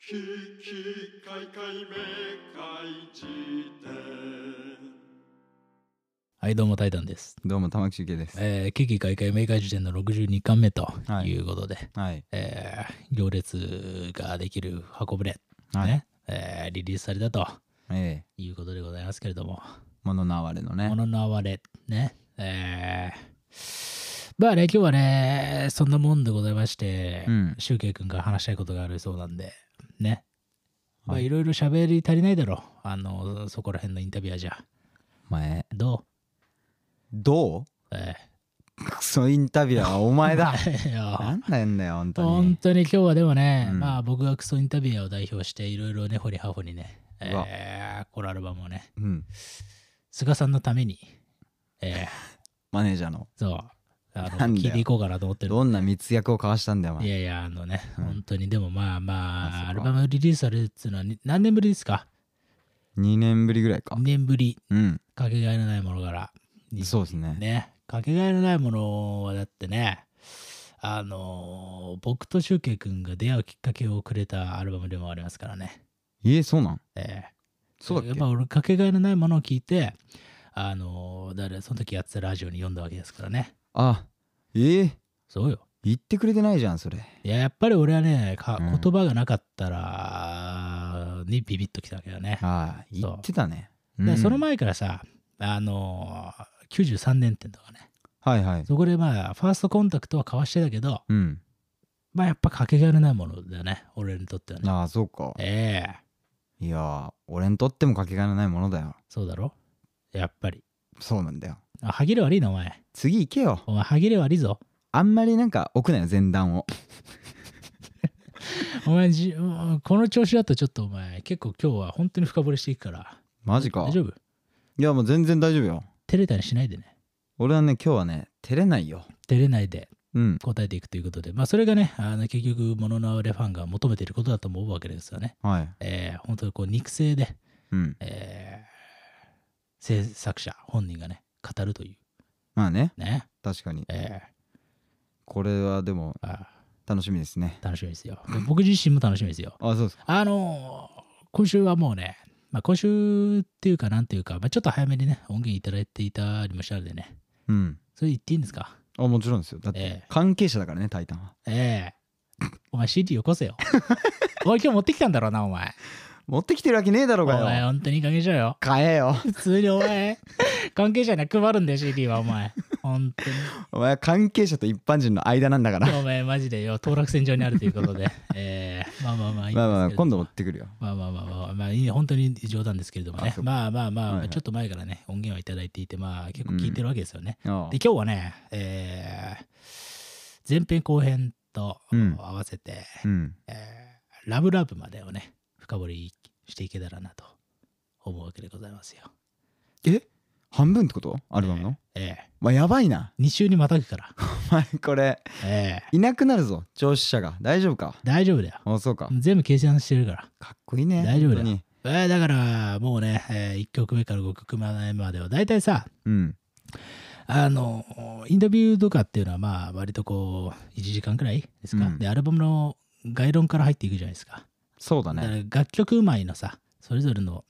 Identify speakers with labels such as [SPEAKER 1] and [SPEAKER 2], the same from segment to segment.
[SPEAKER 1] ききかいかいめかいじ
[SPEAKER 2] はい、どうも、タイタンです。
[SPEAKER 3] どうも玉木周慶です。
[SPEAKER 2] えー、危機開会明快時点の62巻目と
[SPEAKER 3] はい
[SPEAKER 2] いうことで、
[SPEAKER 3] はい。
[SPEAKER 2] えー行列ができる箱舟、
[SPEAKER 3] はい
[SPEAKER 2] ねえーリリースされたと
[SPEAKER 3] ええ
[SPEAKER 2] いうことでございますけれども、
[SPEAKER 3] 物の哀れのね。
[SPEAKER 2] 物の哀れ、ね、えーまあね、今日はね、そんなもんでございまして
[SPEAKER 3] う、ん。
[SPEAKER 2] シュウケイ君が話したいことがあるそうなんで、ね、まあ、
[SPEAKER 3] はい
[SPEAKER 2] いろいろ喋り足りないだろう、あの、そこら辺のインタビュアーじゃ。
[SPEAKER 3] 前。
[SPEAKER 2] ど
[SPEAKER 3] ど
[SPEAKER 2] う え
[SPEAKER 3] うクソインタビュアーはお前だ。
[SPEAKER 2] ー いや
[SPEAKER 3] なんなんだよ、本当
[SPEAKER 2] 本
[SPEAKER 3] に。
[SPEAKER 2] 当に今日はでもね、
[SPEAKER 3] うん
[SPEAKER 2] まあ僕がクソインタビュアーを代表していろいろね、掘り葉掘りね、
[SPEAKER 3] うわ
[SPEAKER 2] えー、このアルバムをね、
[SPEAKER 3] うん。
[SPEAKER 2] 菅さんのために、えー、
[SPEAKER 3] マネージャーの。
[SPEAKER 2] そう、あの、
[SPEAKER 3] なんだ
[SPEAKER 2] 聞
[SPEAKER 3] よ
[SPEAKER 2] いていこうかなと思ってる。
[SPEAKER 3] どんな密約を交わしたんだよ、お
[SPEAKER 2] い
[SPEAKER 3] 前。
[SPEAKER 2] やいや、あのね、
[SPEAKER 3] うん
[SPEAKER 2] 本当に、でもまあまあ、ア
[SPEAKER 3] あそ
[SPEAKER 2] ル
[SPEAKER 3] っか
[SPEAKER 2] バムリリースされるっていうのはに何年ぶりですか
[SPEAKER 3] 2年ぶりぐらいか
[SPEAKER 2] ?2。年ぶり、
[SPEAKER 3] うん。
[SPEAKER 2] かけがえのないものから。
[SPEAKER 3] そうですね。
[SPEAKER 2] ね、かけがえのないものはだってね、あのー僕と周慶君が出会うきっかけをくれたアルバムでもありますからね。
[SPEAKER 3] いえ、そうなん
[SPEAKER 2] えー
[SPEAKER 3] そうだ
[SPEAKER 2] やっ
[SPEAKER 3] っけ
[SPEAKER 2] ぱ俺かけがえのないものを聞いてあの誰その時やってたラジオに読んだわけですからね
[SPEAKER 3] あ、ええ
[SPEAKER 2] そうよ
[SPEAKER 3] 言ってくれてないじゃん、それ。
[SPEAKER 2] いややっぱり俺はねか
[SPEAKER 3] うん
[SPEAKER 2] 言葉がなかったらにビビッときたわけだね、
[SPEAKER 3] ああ、言ってたね。う
[SPEAKER 2] で
[SPEAKER 3] ん
[SPEAKER 2] その。前からさあの93年ってとかね
[SPEAKER 3] はいはい。
[SPEAKER 2] そこでまあファーストコンタクトは交わしてたけど
[SPEAKER 3] うん。
[SPEAKER 2] まあやっぱかけがえのないものだよね俺にとってはね
[SPEAKER 3] ああ、そうか。
[SPEAKER 2] ええ
[SPEAKER 3] いやー、俺にとってもかけがえのないものだよ。
[SPEAKER 2] そうだろやっぱり
[SPEAKER 3] そうなんだよ。
[SPEAKER 2] あ歯切れ悪いなお前
[SPEAKER 3] 次行けよ。
[SPEAKER 2] お前歯切れ悪いぞ
[SPEAKER 3] あんまりなんか置くなよ、前段を。
[SPEAKER 2] お前じ、うんこの調子だとちょっとお前、結構今日は本当に深掘りしていくから。
[SPEAKER 3] マジか。
[SPEAKER 2] 大丈夫
[SPEAKER 3] いやもう全然大丈夫よ。
[SPEAKER 2] 照れたりしないでね。
[SPEAKER 3] 俺はね今日はね照れないよ。
[SPEAKER 2] 照れないで
[SPEAKER 3] うん。
[SPEAKER 2] 答えていくということで、まあそれがね、あの結局、もののあれファンが求めていることだと思うわけですよね。
[SPEAKER 3] はい。
[SPEAKER 2] えー、本当にこう肉声で、
[SPEAKER 3] うん。
[SPEAKER 2] えー制作者、本人がね、語るとい
[SPEAKER 3] まあね
[SPEAKER 2] う。ね。
[SPEAKER 3] 確かに
[SPEAKER 2] え
[SPEAKER 3] これはでも
[SPEAKER 2] ーあ
[SPEAKER 3] 楽しみですね。
[SPEAKER 2] ー楽しみです よ。で僕自身も楽しみですよ。
[SPEAKER 3] あそうです。
[SPEAKER 2] あのー今週はもうね、まあ今週っていうかなんていうか、まあちょっと早めにね、音源いただいていたりもしたのでね。
[SPEAKER 3] うん。
[SPEAKER 2] それ言っていいんですか
[SPEAKER 3] あもちろんですよ。だっ
[SPEAKER 2] え
[SPEAKER 3] て
[SPEAKER 2] え
[SPEAKER 3] 関係者だからねタイタンは。
[SPEAKER 2] ええお前 CD よこせよ。 おい今日持ってきたんだろうな、お前。
[SPEAKER 3] 持ってきてるわけねえだろ
[SPEAKER 2] お
[SPEAKER 3] うが
[SPEAKER 2] 前、
[SPEAKER 3] よ。
[SPEAKER 2] 本当にいい加減にしろよ。
[SPEAKER 3] 買えよ。
[SPEAKER 2] 普通にお 前、関係者には配るんだよ、CD は、お前。本当
[SPEAKER 3] お前関係者と一般人の間なんだから。
[SPEAKER 2] に。お前、マジでよ、当落線上にあるということで。ええまあまあまあ、いいんですけれど
[SPEAKER 3] まあまあ今度持ってくるよ。
[SPEAKER 2] まあまあまあまあ、まあいい、本当に冗談ですけれどもね
[SPEAKER 3] あ。そう
[SPEAKER 2] まあまあまあ、
[SPEAKER 3] はいはい
[SPEAKER 2] ちょっと前からね、音源をいただいていて、まあ結構聞いてるわけですよね。
[SPEAKER 3] ああ
[SPEAKER 2] で、今日はね、ええ前編後編と
[SPEAKER 3] うん
[SPEAKER 2] 合わせて、
[SPEAKER 3] うん。
[SPEAKER 2] えーラブラブまでをね、深掘りしていけたらなと思うわけでございますよ。
[SPEAKER 3] え半分ってことアルバムの？
[SPEAKER 2] え
[SPEAKER 3] まあやばいな。
[SPEAKER 2] ー、2週にまたぐから。
[SPEAKER 3] お前これ
[SPEAKER 2] えー
[SPEAKER 3] いなくなるぞ聴取者が大丈夫か。
[SPEAKER 2] 大丈夫だよ。
[SPEAKER 3] あそうか。
[SPEAKER 2] 全部計算してるから。
[SPEAKER 3] かっこいいね。
[SPEAKER 2] 大丈夫だよ
[SPEAKER 3] 本当に。
[SPEAKER 2] えーだからもうね、え1曲目から5曲目までは大体さ、
[SPEAKER 3] うん。
[SPEAKER 2] あの、インタビューとかっていうのはまあ割とこう、1時間くらいですか。
[SPEAKER 3] うん
[SPEAKER 2] で、アルバムの概論から入っていくじゃないですか。
[SPEAKER 3] そうだ
[SPEAKER 2] だから
[SPEAKER 3] ね。
[SPEAKER 2] 楽曲うまいのさ、それぞれの、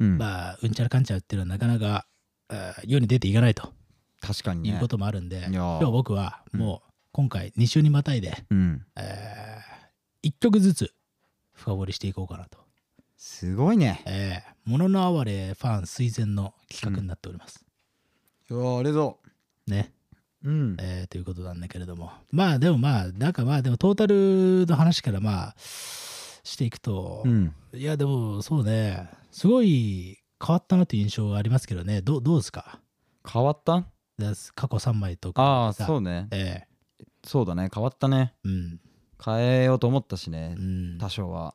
[SPEAKER 3] うん。
[SPEAKER 2] まあ、うんちゃらかんちゃらっていうのはなかなか、えー世に出ていかないと。
[SPEAKER 3] 確かにね。
[SPEAKER 2] いうこともあるんで、
[SPEAKER 3] いや
[SPEAKER 2] 今
[SPEAKER 3] ー
[SPEAKER 2] 日僕はもう今回2週にまたいで、
[SPEAKER 3] うん。
[SPEAKER 2] え1曲ずつ深掘りしていこうかなと。
[SPEAKER 3] すごいね。
[SPEAKER 2] えー、ものの哀れファン推薦の企画になっております。
[SPEAKER 3] いやーあれぞ。
[SPEAKER 2] ね、
[SPEAKER 3] うん。
[SPEAKER 2] えーということなんだけれども。まあでもまあ、なんかまあでもトータルの話からまあ、していくと、
[SPEAKER 3] うん。
[SPEAKER 2] いやでもそうね、すごい変わったなという印象はありますけどね、どうどうですか
[SPEAKER 3] 変わった
[SPEAKER 2] だ過去3枚とか。
[SPEAKER 3] ああ、
[SPEAKER 2] さ
[SPEAKER 3] そうね。
[SPEAKER 2] え
[SPEAKER 3] そうだね。変わったね。
[SPEAKER 2] ーうん。
[SPEAKER 3] 変えようと思ったしね
[SPEAKER 2] う。ん。
[SPEAKER 3] 多少は。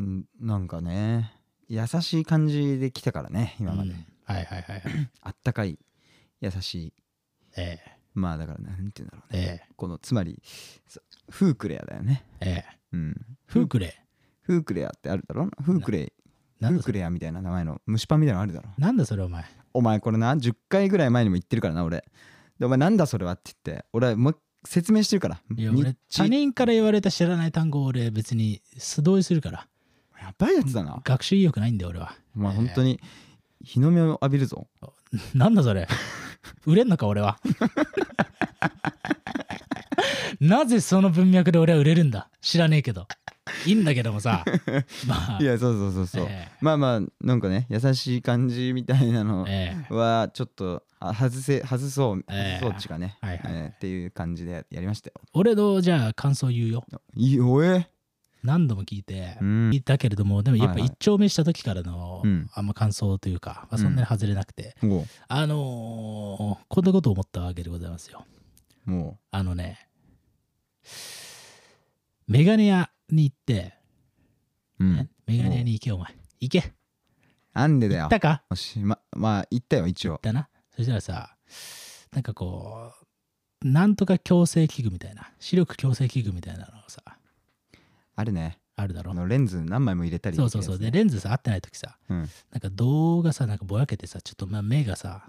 [SPEAKER 3] うんなんかね。優しい感じで来たからね。今まで。
[SPEAKER 2] うんはいはいはいはい。
[SPEAKER 3] あったかい。優しい。
[SPEAKER 2] ええ
[SPEAKER 3] まあだから、なんて言うんだろうね。
[SPEAKER 2] え
[SPEAKER 3] この、つまり、そフークレアだよね。
[SPEAKER 2] えええ
[SPEAKER 3] うん。
[SPEAKER 2] フークレイ
[SPEAKER 3] フークレアってあるだろフークレイ。
[SPEAKER 2] な
[SPEAKER 3] フ
[SPEAKER 2] んだ
[SPEAKER 3] ー
[SPEAKER 2] そ
[SPEAKER 3] ク
[SPEAKER 2] れ
[SPEAKER 3] レアみたいな名前の蒸しパンみたいなのあるだろ
[SPEAKER 2] なんだそれお前
[SPEAKER 3] お前これな10回ぐらい前にも言ってるからな俺でお前なんだそれはって言って俺はもう一説明してるから
[SPEAKER 2] いや
[SPEAKER 3] に
[SPEAKER 2] 俺他人から言われた知らない単語を俺別に素通りするから
[SPEAKER 3] やばいやつだな、
[SPEAKER 2] 学習意欲ないんだよ俺は
[SPEAKER 3] お前本当に日の目を浴びるぞ
[SPEAKER 2] なんだそれ売れんのか俺は なぜその文脈で俺は売れるんだ知らねえけどいいんだけどもさまあ
[SPEAKER 3] いやそうそうそうそう、
[SPEAKER 2] え
[SPEAKER 3] まあまあなんかね優しい感じみたいなの
[SPEAKER 2] ええ
[SPEAKER 3] はちょっとあ外せ外そう
[SPEAKER 2] ええ
[SPEAKER 3] 外そうっちかね、
[SPEAKER 2] はいはいはい
[SPEAKER 3] えーっていう感じでやりましたよ
[SPEAKER 2] え俺のじゃあ感想言うよ
[SPEAKER 3] いいおえ
[SPEAKER 2] 何度も聞いて
[SPEAKER 3] うん
[SPEAKER 2] 聞いたけれどもでもやっ
[SPEAKER 3] は
[SPEAKER 2] ぱ
[SPEAKER 3] いはい
[SPEAKER 2] 一丁目した時からの
[SPEAKER 3] うん
[SPEAKER 2] あんま感想というか、まあ、そんなに外れなくて、
[SPEAKER 3] も
[SPEAKER 2] あのーこんなことを思ったわけでございますよ
[SPEAKER 3] うも
[SPEAKER 2] あのねメガネ屋に行って、
[SPEAKER 3] ううん
[SPEAKER 2] ねメガネ屋に行けお前行け
[SPEAKER 3] なんでだ
[SPEAKER 2] 行
[SPEAKER 3] よ
[SPEAKER 2] ったか
[SPEAKER 3] よしままあ言ったよ一応
[SPEAKER 2] だなそしたらさなんかこうなんとか矯正器具みたいな視力矯正器具みたいなのさ
[SPEAKER 3] あるね
[SPEAKER 2] あるだろ
[SPEAKER 3] あのレンズ何枚も入れたり
[SPEAKER 2] そうそうそう
[SPEAKER 3] でき
[SPEAKER 2] で
[SPEAKER 3] る
[SPEAKER 2] レ
[SPEAKER 3] や
[SPEAKER 2] ンズさ合ってない時さ
[SPEAKER 3] つね
[SPEAKER 2] なんか動画さなんかぼやけてさちょっとまあ目がさ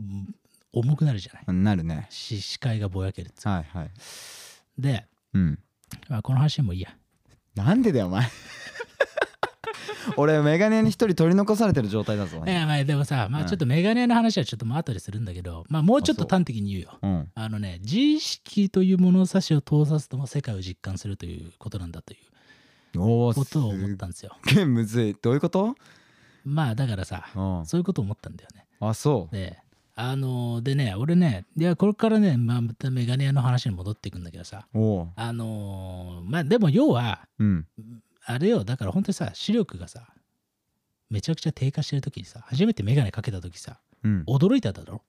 [SPEAKER 2] うん重くなるじゃない
[SPEAKER 3] うんなるね
[SPEAKER 2] し視界がぼやけるっつ
[SPEAKER 3] はいはい
[SPEAKER 2] で、
[SPEAKER 3] うん
[SPEAKER 2] まあ、この話もいいや
[SPEAKER 3] なんでだよお前 俺メガネに一人取り残されてる状態だぞ、
[SPEAKER 2] いやまあでもさ、まあ、
[SPEAKER 3] うん
[SPEAKER 2] ちょっとメガネの話はちょっとまあ後でするんだけど、まあ、もうちょっと
[SPEAKER 3] あそう
[SPEAKER 2] 端的に言うよ
[SPEAKER 3] うん
[SPEAKER 2] あのね自意識という物差しを通さずとも世界を実感するということなんだという
[SPEAKER 3] おおす
[SPEAKER 2] こ
[SPEAKER 3] っ
[SPEAKER 2] とを思ったんですよ
[SPEAKER 3] げえむずいどういうこと
[SPEAKER 2] まあだからさ
[SPEAKER 3] うん
[SPEAKER 2] そういうことを思ったんだよね
[SPEAKER 3] あそう
[SPEAKER 2] であのでね俺ねいやこれからね、まあ、またメガネ屋の話に戻っていくんだけどさ
[SPEAKER 3] おお
[SPEAKER 2] あのまあでも要は
[SPEAKER 3] うん
[SPEAKER 2] あれよだから本当にさ視力がさめちゃくちゃ低下してる時にさ初めてメガネかけた時さ
[SPEAKER 3] うん
[SPEAKER 2] 驚いただろ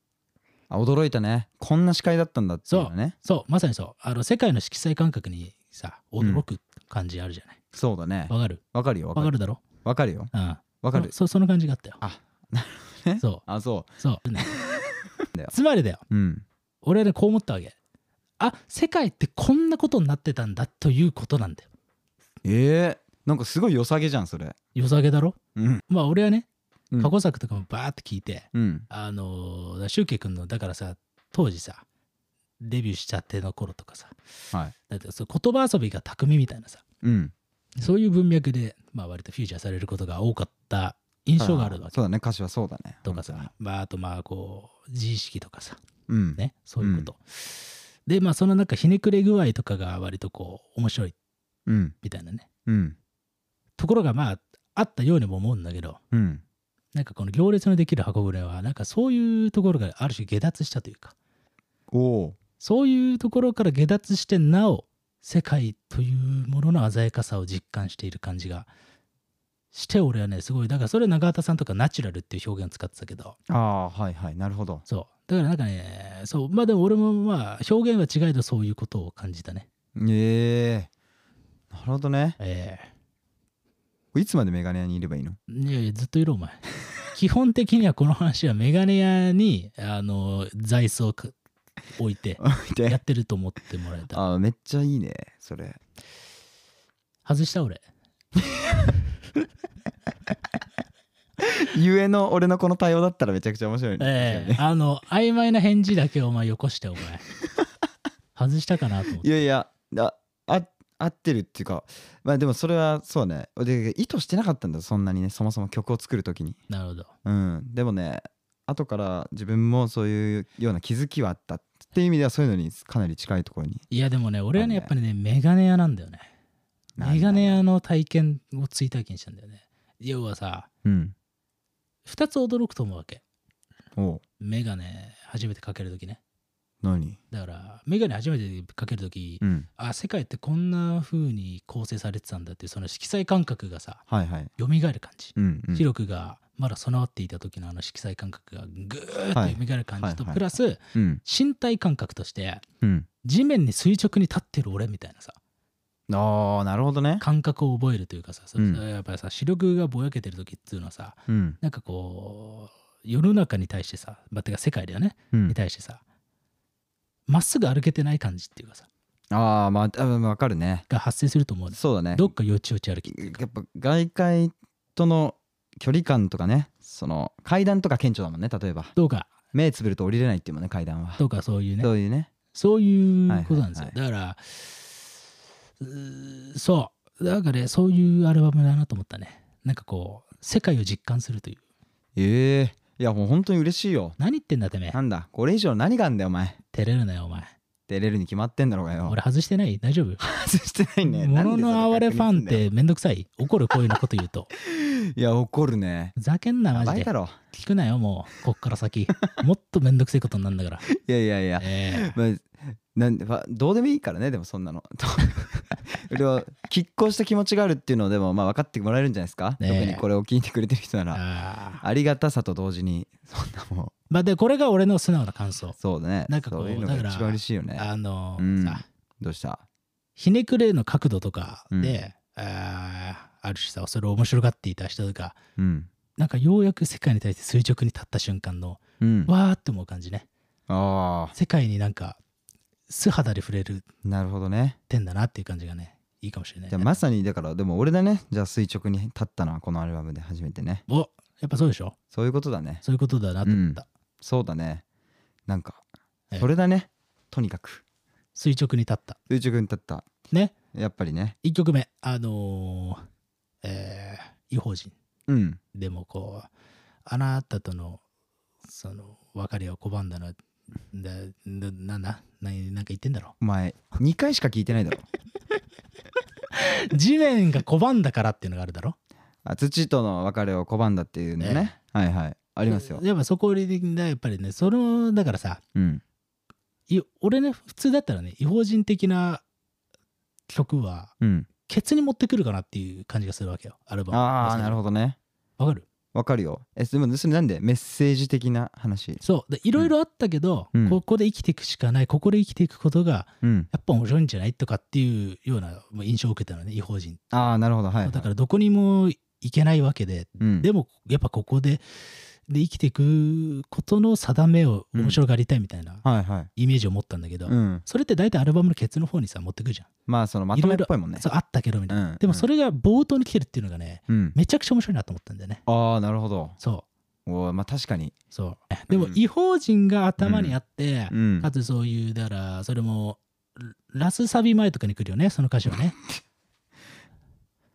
[SPEAKER 3] あ驚いたねこんな視界だったんだっていうのね
[SPEAKER 2] そうまさにそうあの世界の色彩感覚にさ驚く感じあるじゃない
[SPEAKER 3] そうだね
[SPEAKER 2] わ、かる
[SPEAKER 3] わかるよわ
[SPEAKER 2] わか
[SPEAKER 3] かる
[SPEAKER 2] るだろ
[SPEAKER 3] わかるよ
[SPEAKER 2] うん
[SPEAKER 3] わかる
[SPEAKER 2] そそその感じがあったよ
[SPEAKER 3] あなるほどね
[SPEAKER 2] そ
[SPEAKER 3] あそう
[SPEAKER 2] そうね
[SPEAKER 3] だよ
[SPEAKER 2] つまりだよ
[SPEAKER 3] ううん
[SPEAKER 2] 俺はねこう思ったわけあ世界ってこんなことになってたんだということなんだよ
[SPEAKER 3] えー、なんかすごい良さげじゃんそれ
[SPEAKER 2] 良さげだろ
[SPEAKER 3] うん
[SPEAKER 2] まあ俺はね
[SPEAKER 3] うん
[SPEAKER 2] 過去作とかもバーって聞いて、
[SPEAKER 3] うん
[SPEAKER 2] あのー、シュウケイ君のだからさ当時さデビューしちゃっての頃とかさ
[SPEAKER 3] はい
[SPEAKER 2] だってそう言葉遊びが巧みみたいなさ
[SPEAKER 3] うん
[SPEAKER 2] そういう文脈で、まあ、割とフューチャーされることが多かった印象があるわけ
[SPEAKER 3] そうだね歌詞はそうだね
[SPEAKER 2] とかさ、まあ、あとまあこう自意識とかさ
[SPEAKER 3] うん
[SPEAKER 2] ねそういうこと、でまあそのなんかひねくれ具合とかが割とこう面白い
[SPEAKER 3] うん
[SPEAKER 2] みたいなね
[SPEAKER 3] うん
[SPEAKER 2] ところがまああったようにも思うんだけど
[SPEAKER 3] うん
[SPEAKER 2] なんかこの行列のできる箱舟はなんかそういうところがある種下脱したというか
[SPEAKER 3] おお
[SPEAKER 2] そういうところから下脱してなお世界というものの鮮やかさを実感している感じがして俺はねすごいだからそれ永畑さんとかナチュラルっていう表現を使ってたけど
[SPEAKER 3] ああーはいはいなるほど
[SPEAKER 2] そうだからなんかねそうまあでも俺もまあ表現は違いどそういうことを感じたね
[SPEAKER 3] ええなるほどね
[SPEAKER 2] え
[SPEAKER 3] いつまでメガネ屋にいればい いの
[SPEAKER 2] えいやいやずっといろお前 基本的にはこの話はメガネ屋にあの座椅子をか置いて
[SPEAKER 3] 見
[SPEAKER 2] や
[SPEAKER 3] て
[SPEAKER 2] ってると思ってもらえたら
[SPEAKER 3] あーめっちゃいいねそれ
[SPEAKER 2] 外した俺
[SPEAKER 3] ゆえの俺のこの対応だったらめちゃくちゃ面白いね
[SPEAKER 2] ええ
[SPEAKER 3] 確か
[SPEAKER 2] あの曖昧な返事だけお前よこしてお前 外したかなと思っ
[SPEAKER 3] にね
[SPEAKER 2] て
[SPEAKER 3] いやいやああ合ってるっていうかまあでもそれはそうねで意図してなかったんだそんなにねそもそも曲を作る時に
[SPEAKER 2] なるほど
[SPEAKER 3] うんでもね後から自分もそういうような気づきはあったっていう意味ではそういうのにかなり近いところに
[SPEAKER 2] いやでもね俺はねや
[SPEAKER 3] あ
[SPEAKER 2] っ
[SPEAKER 3] のね
[SPEAKER 2] ぱりねメガネ屋なんだよね
[SPEAKER 3] なんだ
[SPEAKER 2] メガネ屋の体験を追体験したんだよね要はさ
[SPEAKER 3] うん
[SPEAKER 2] 2つ驚くと思うわけ
[SPEAKER 3] おう
[SPEAKER 2] メガネ初めてかけるときね
[SPEAKER 3] 何
[SPEAKER 2] だからメガネ初めてかけるとき、
[SPEAKER 3] うん
[SPEAKER 2] あ世界ってこんな風に構成されてたんだっていうその色彩感覚がさ
[SPEAKER 3] はいはい
[SPEAKER 2] 蘇る感じ、
[SPEAKER 3] うんうん
[SPEAKER 2] 視力がまだ備わっていた時のあの色彩感覚がぐー
[SPEAKER 3] は
[SPEAKER 2] っ
[SPEAKER 3] い
[SPEAKER 2] と蘇る感じと
[SPEAKER 3] はいはい
[SPEAKER 2] プラス
[SPEAKER 3] うん
[SPEAKER 2] 身体感覚として
[SPEAKER 3] うん
[SPEAKER 2] 地面に垂直に立ってる俺みたいなさ
[SPEAKER 3] ああなるほどね
[SPEAKER 2] 感覚を覚えるというかさ、そ
[SPEAKER 3] うん
[SPEAKER 2] やっぱりさ視力がぼやけてる時っていうのはさ
[SPEAKER 3] うん
[SPEAKER 2] なんかこう世の中に対してさ、まあ、てか世界だよね、
[SPEAKER 3] うん
[SPEAKER 2] に対してさまっすぐ歩けてない感じっていうかさ
[SPEAKER 3] ああまあ多分わかるね
[SPEAKER 2] が発生すると思うの
[SPEAKER 3] そうだね
[SPEAKER 2] どっかよちよち歩きっていうか
[SPEAKER 3] やっぱ外界との距離感とかねその階段とか顕著だもんね例えば
[SPEAKER 2] どうか
[SPEAKER 3] 目つぶると降りれないっていうもんね階段は
[SPEAKER 2] どうかそういうね
[SPEAKER 3] そういうね
[SPEAKER 2] そういうことなんですよ、
[SPEAKER 3] はい
[SPEAKER 2] だからうーそうだからねそういうアルバムだなと思ったねなんかこう世界を実感するという
[SPEAKER 3] ええいやもう本当に嬉しいよ
[SPEAKER 2] 何言ってんだてめえ
[SPEAKER 3] なんだこれ以上何があんだよお前
[SPEAKER 2] 照れるなよお前
[SPEAKER 3] 出れるに決まってんだろうがよ
[SPEAKER 2] 俺外してない大丈夫
[SPEAKER 3] 外してないね
[SPEAKER 2] も
[SPEAKER 3] な
[SPEAKER 2] の
[SPEAKER 3] んでそ
[SPEAKER 2] のあわれ
[SPEAKER 3] 確
[SPEAKER 2] フ
[SPEAKER 3] 認す
[SPEAKER 2] ァ
[SPEAKER 3] ん
[SPEAKER 2] ンっ
[SPEAKER 3] だよ
[SPEAKER 2] てめんどくさい怒るこういうのこと言う と
[SPEAKER 3] いや怒るね
[SPEAKER 2] ふざけんな
[SPEAKER 3] や
[SPEAKER 2] マ
[SPEAKER 3] ば
[SPEAKER 2] ジ
[SPEAKER 3] い
[SPEAKER 2] で
[SPEAKER 3] だろ
[SPEAKER 2] 聞くなよもうこっから 先もっとめんどくせえことになるんだから
[SPEAKER 3] いやいやいや、
[SPEAKER 2] え
[SPEAKER 3] まあ、なんまあどうでもいいからねでもそんなの でも拮抗した気持ちがあるっていうのをでもまあ分かってもらえるんじゃないですか、
[SPEAKER 2] ねえ
[SPEAKER 3] 特にこれを聞いてくれてる人な
[SPEAKER 2] え
[SPEAKER 3] ら
[SPEAKER 2] ああ
[SPEAKER 3] ありがたさと同時にそんなもう
[SPEAKER 2] まあでこれが俺の素直な感想
[SPEAKER 3] そうだね
[SPEAKER 2] なんかこう
[SPEAKER 3] そういうのが
[SPEAKER 2] だから
[SPEAKER 3] 一番嬉しいよね
[SPEAKER 2] あの
[SPEAKER 3] うん
[SPEAKER 2] さ
[SPEAKER 3] どうした
[SPEAKER 2] ひねくれの角度とかで、あーあるしさそれを面白がっていた人とか
[SPEAKER 3] うん
[SPEAKER 2] なんかようやく世界に対して垂直に立った瞬間の
[SPEAKER 3] うん
[SPEAKER 2] わーって思う感じね
[SPEAKER 3] あ
[SPEAKER 2] 世界になんか素肌で触れる
[SPEAKER 3] あなるほどね
[SPEAKER 2] てんだなっていう感じがねいいかもしれない
[SPEAKER 3] じゃ
[SPEAKER 2] ね、
[SPEAKER 3] あまさにだからでも俺だねじゃあ垂直に立ったのはこのアルバムで初めてね
[SPEAKER 2] おやっぱそうでしょ
[SPEAKER 3] そういうことだね
[SPEAKER 2] そういうことだなと思った、
[SPEAKER 3] そうだねなんか
[SPEAKER 2] ええ
[SPEAKER 3] それだねとにかく
[SPEAKER 2] 垂直に立った
[SPEAKER 3] 垂直に立った
[SPEAKER 2] ね
[SPEAKER 3] やっぱりね
[SPEAKER 2] 1曲目あのーえー、異邦人
[SPEAKER 3] うん
[SPEAKER 2] でもこうあなたとのその別れを拒んだのはだななんだ何なんか言ってんだろ
[SPEAKER 3] お前2回しか聞いてないだ ろ
[SPEAKER 2] 地面が拒んだからっていうのがあるだろ
[SPEAKER 3] あ土との別れを拒んだっていうのねはいはいあ
[SPEAKER 2] あ
[SPEAKER 3] りますよ
[SPEAKER 2] やっぱそこでやっぱりねそのだからさ
[SPEAKER 3] うん
[SPEAKER 2] い俺ね普通だったらね違法人的な曲は
[SPEAKER 3] うん
[SPEAKER 2] ケツに持ってくるかなっていう感じがするわけよアルバム
[SPEAKER 3] ああなるほどね
[SPEAKER 2] どわかる
[SPEAKER 3] わかるよえでもそれなんでメッセージ的な話
[SPEAKER 2] そうでいろいろあったけど、
[SPEAKER 3] うん
[SPEAKER 2] ここで生きていくしかないここで生きていくことが
[SPEAKER 3] うん
[SPEAKER 2] やっぱ面白いんじゃないとかっていうようなまあ印象を受けたのね違法人
[SPEAKER 3] ああなるほどはいはい
[SPEAKER 2] だからどこにも行けないわけで、
[SPEAKER 3] うん
[SPEAKER 2] でもやっぱここでで生きていくことの定めを面白がりたいみたいな
[SPEAKER 3] はいはい
[SPEAKER 2] イメージを持ったんだけど、
[SPEAKER 3] うん
[SPEAKER 2] それって大体アルバムのケツの方にさ持ってくじゃん、
[SPEAKER 3] まあそのまとめっぽいもんね
[SPEAKER 2] そうあったけどみたいな、
[SPEAKER 3] うん
[SPEAKER 2] でもそれが冒頭に来てるっていうのがね
[SPEAKER 3] うん
[SPEAKER 2] めちゃくちゃ面白いなと思ったんだよね
[SPEAKER 3] ああなるほど
[SPEAKER 2] そ
[SPEAKER 3] おーまあ確かに
[SPEAKER 2] うそうでも
[SPEAKER 3] うん
[SPEAKER 2] 違法人が頭にあって、
[SPEAKER 3] うん
[SPEAKER 2] かつそういうだからそれもラスサビ前とかに来るよねその歌詞は ね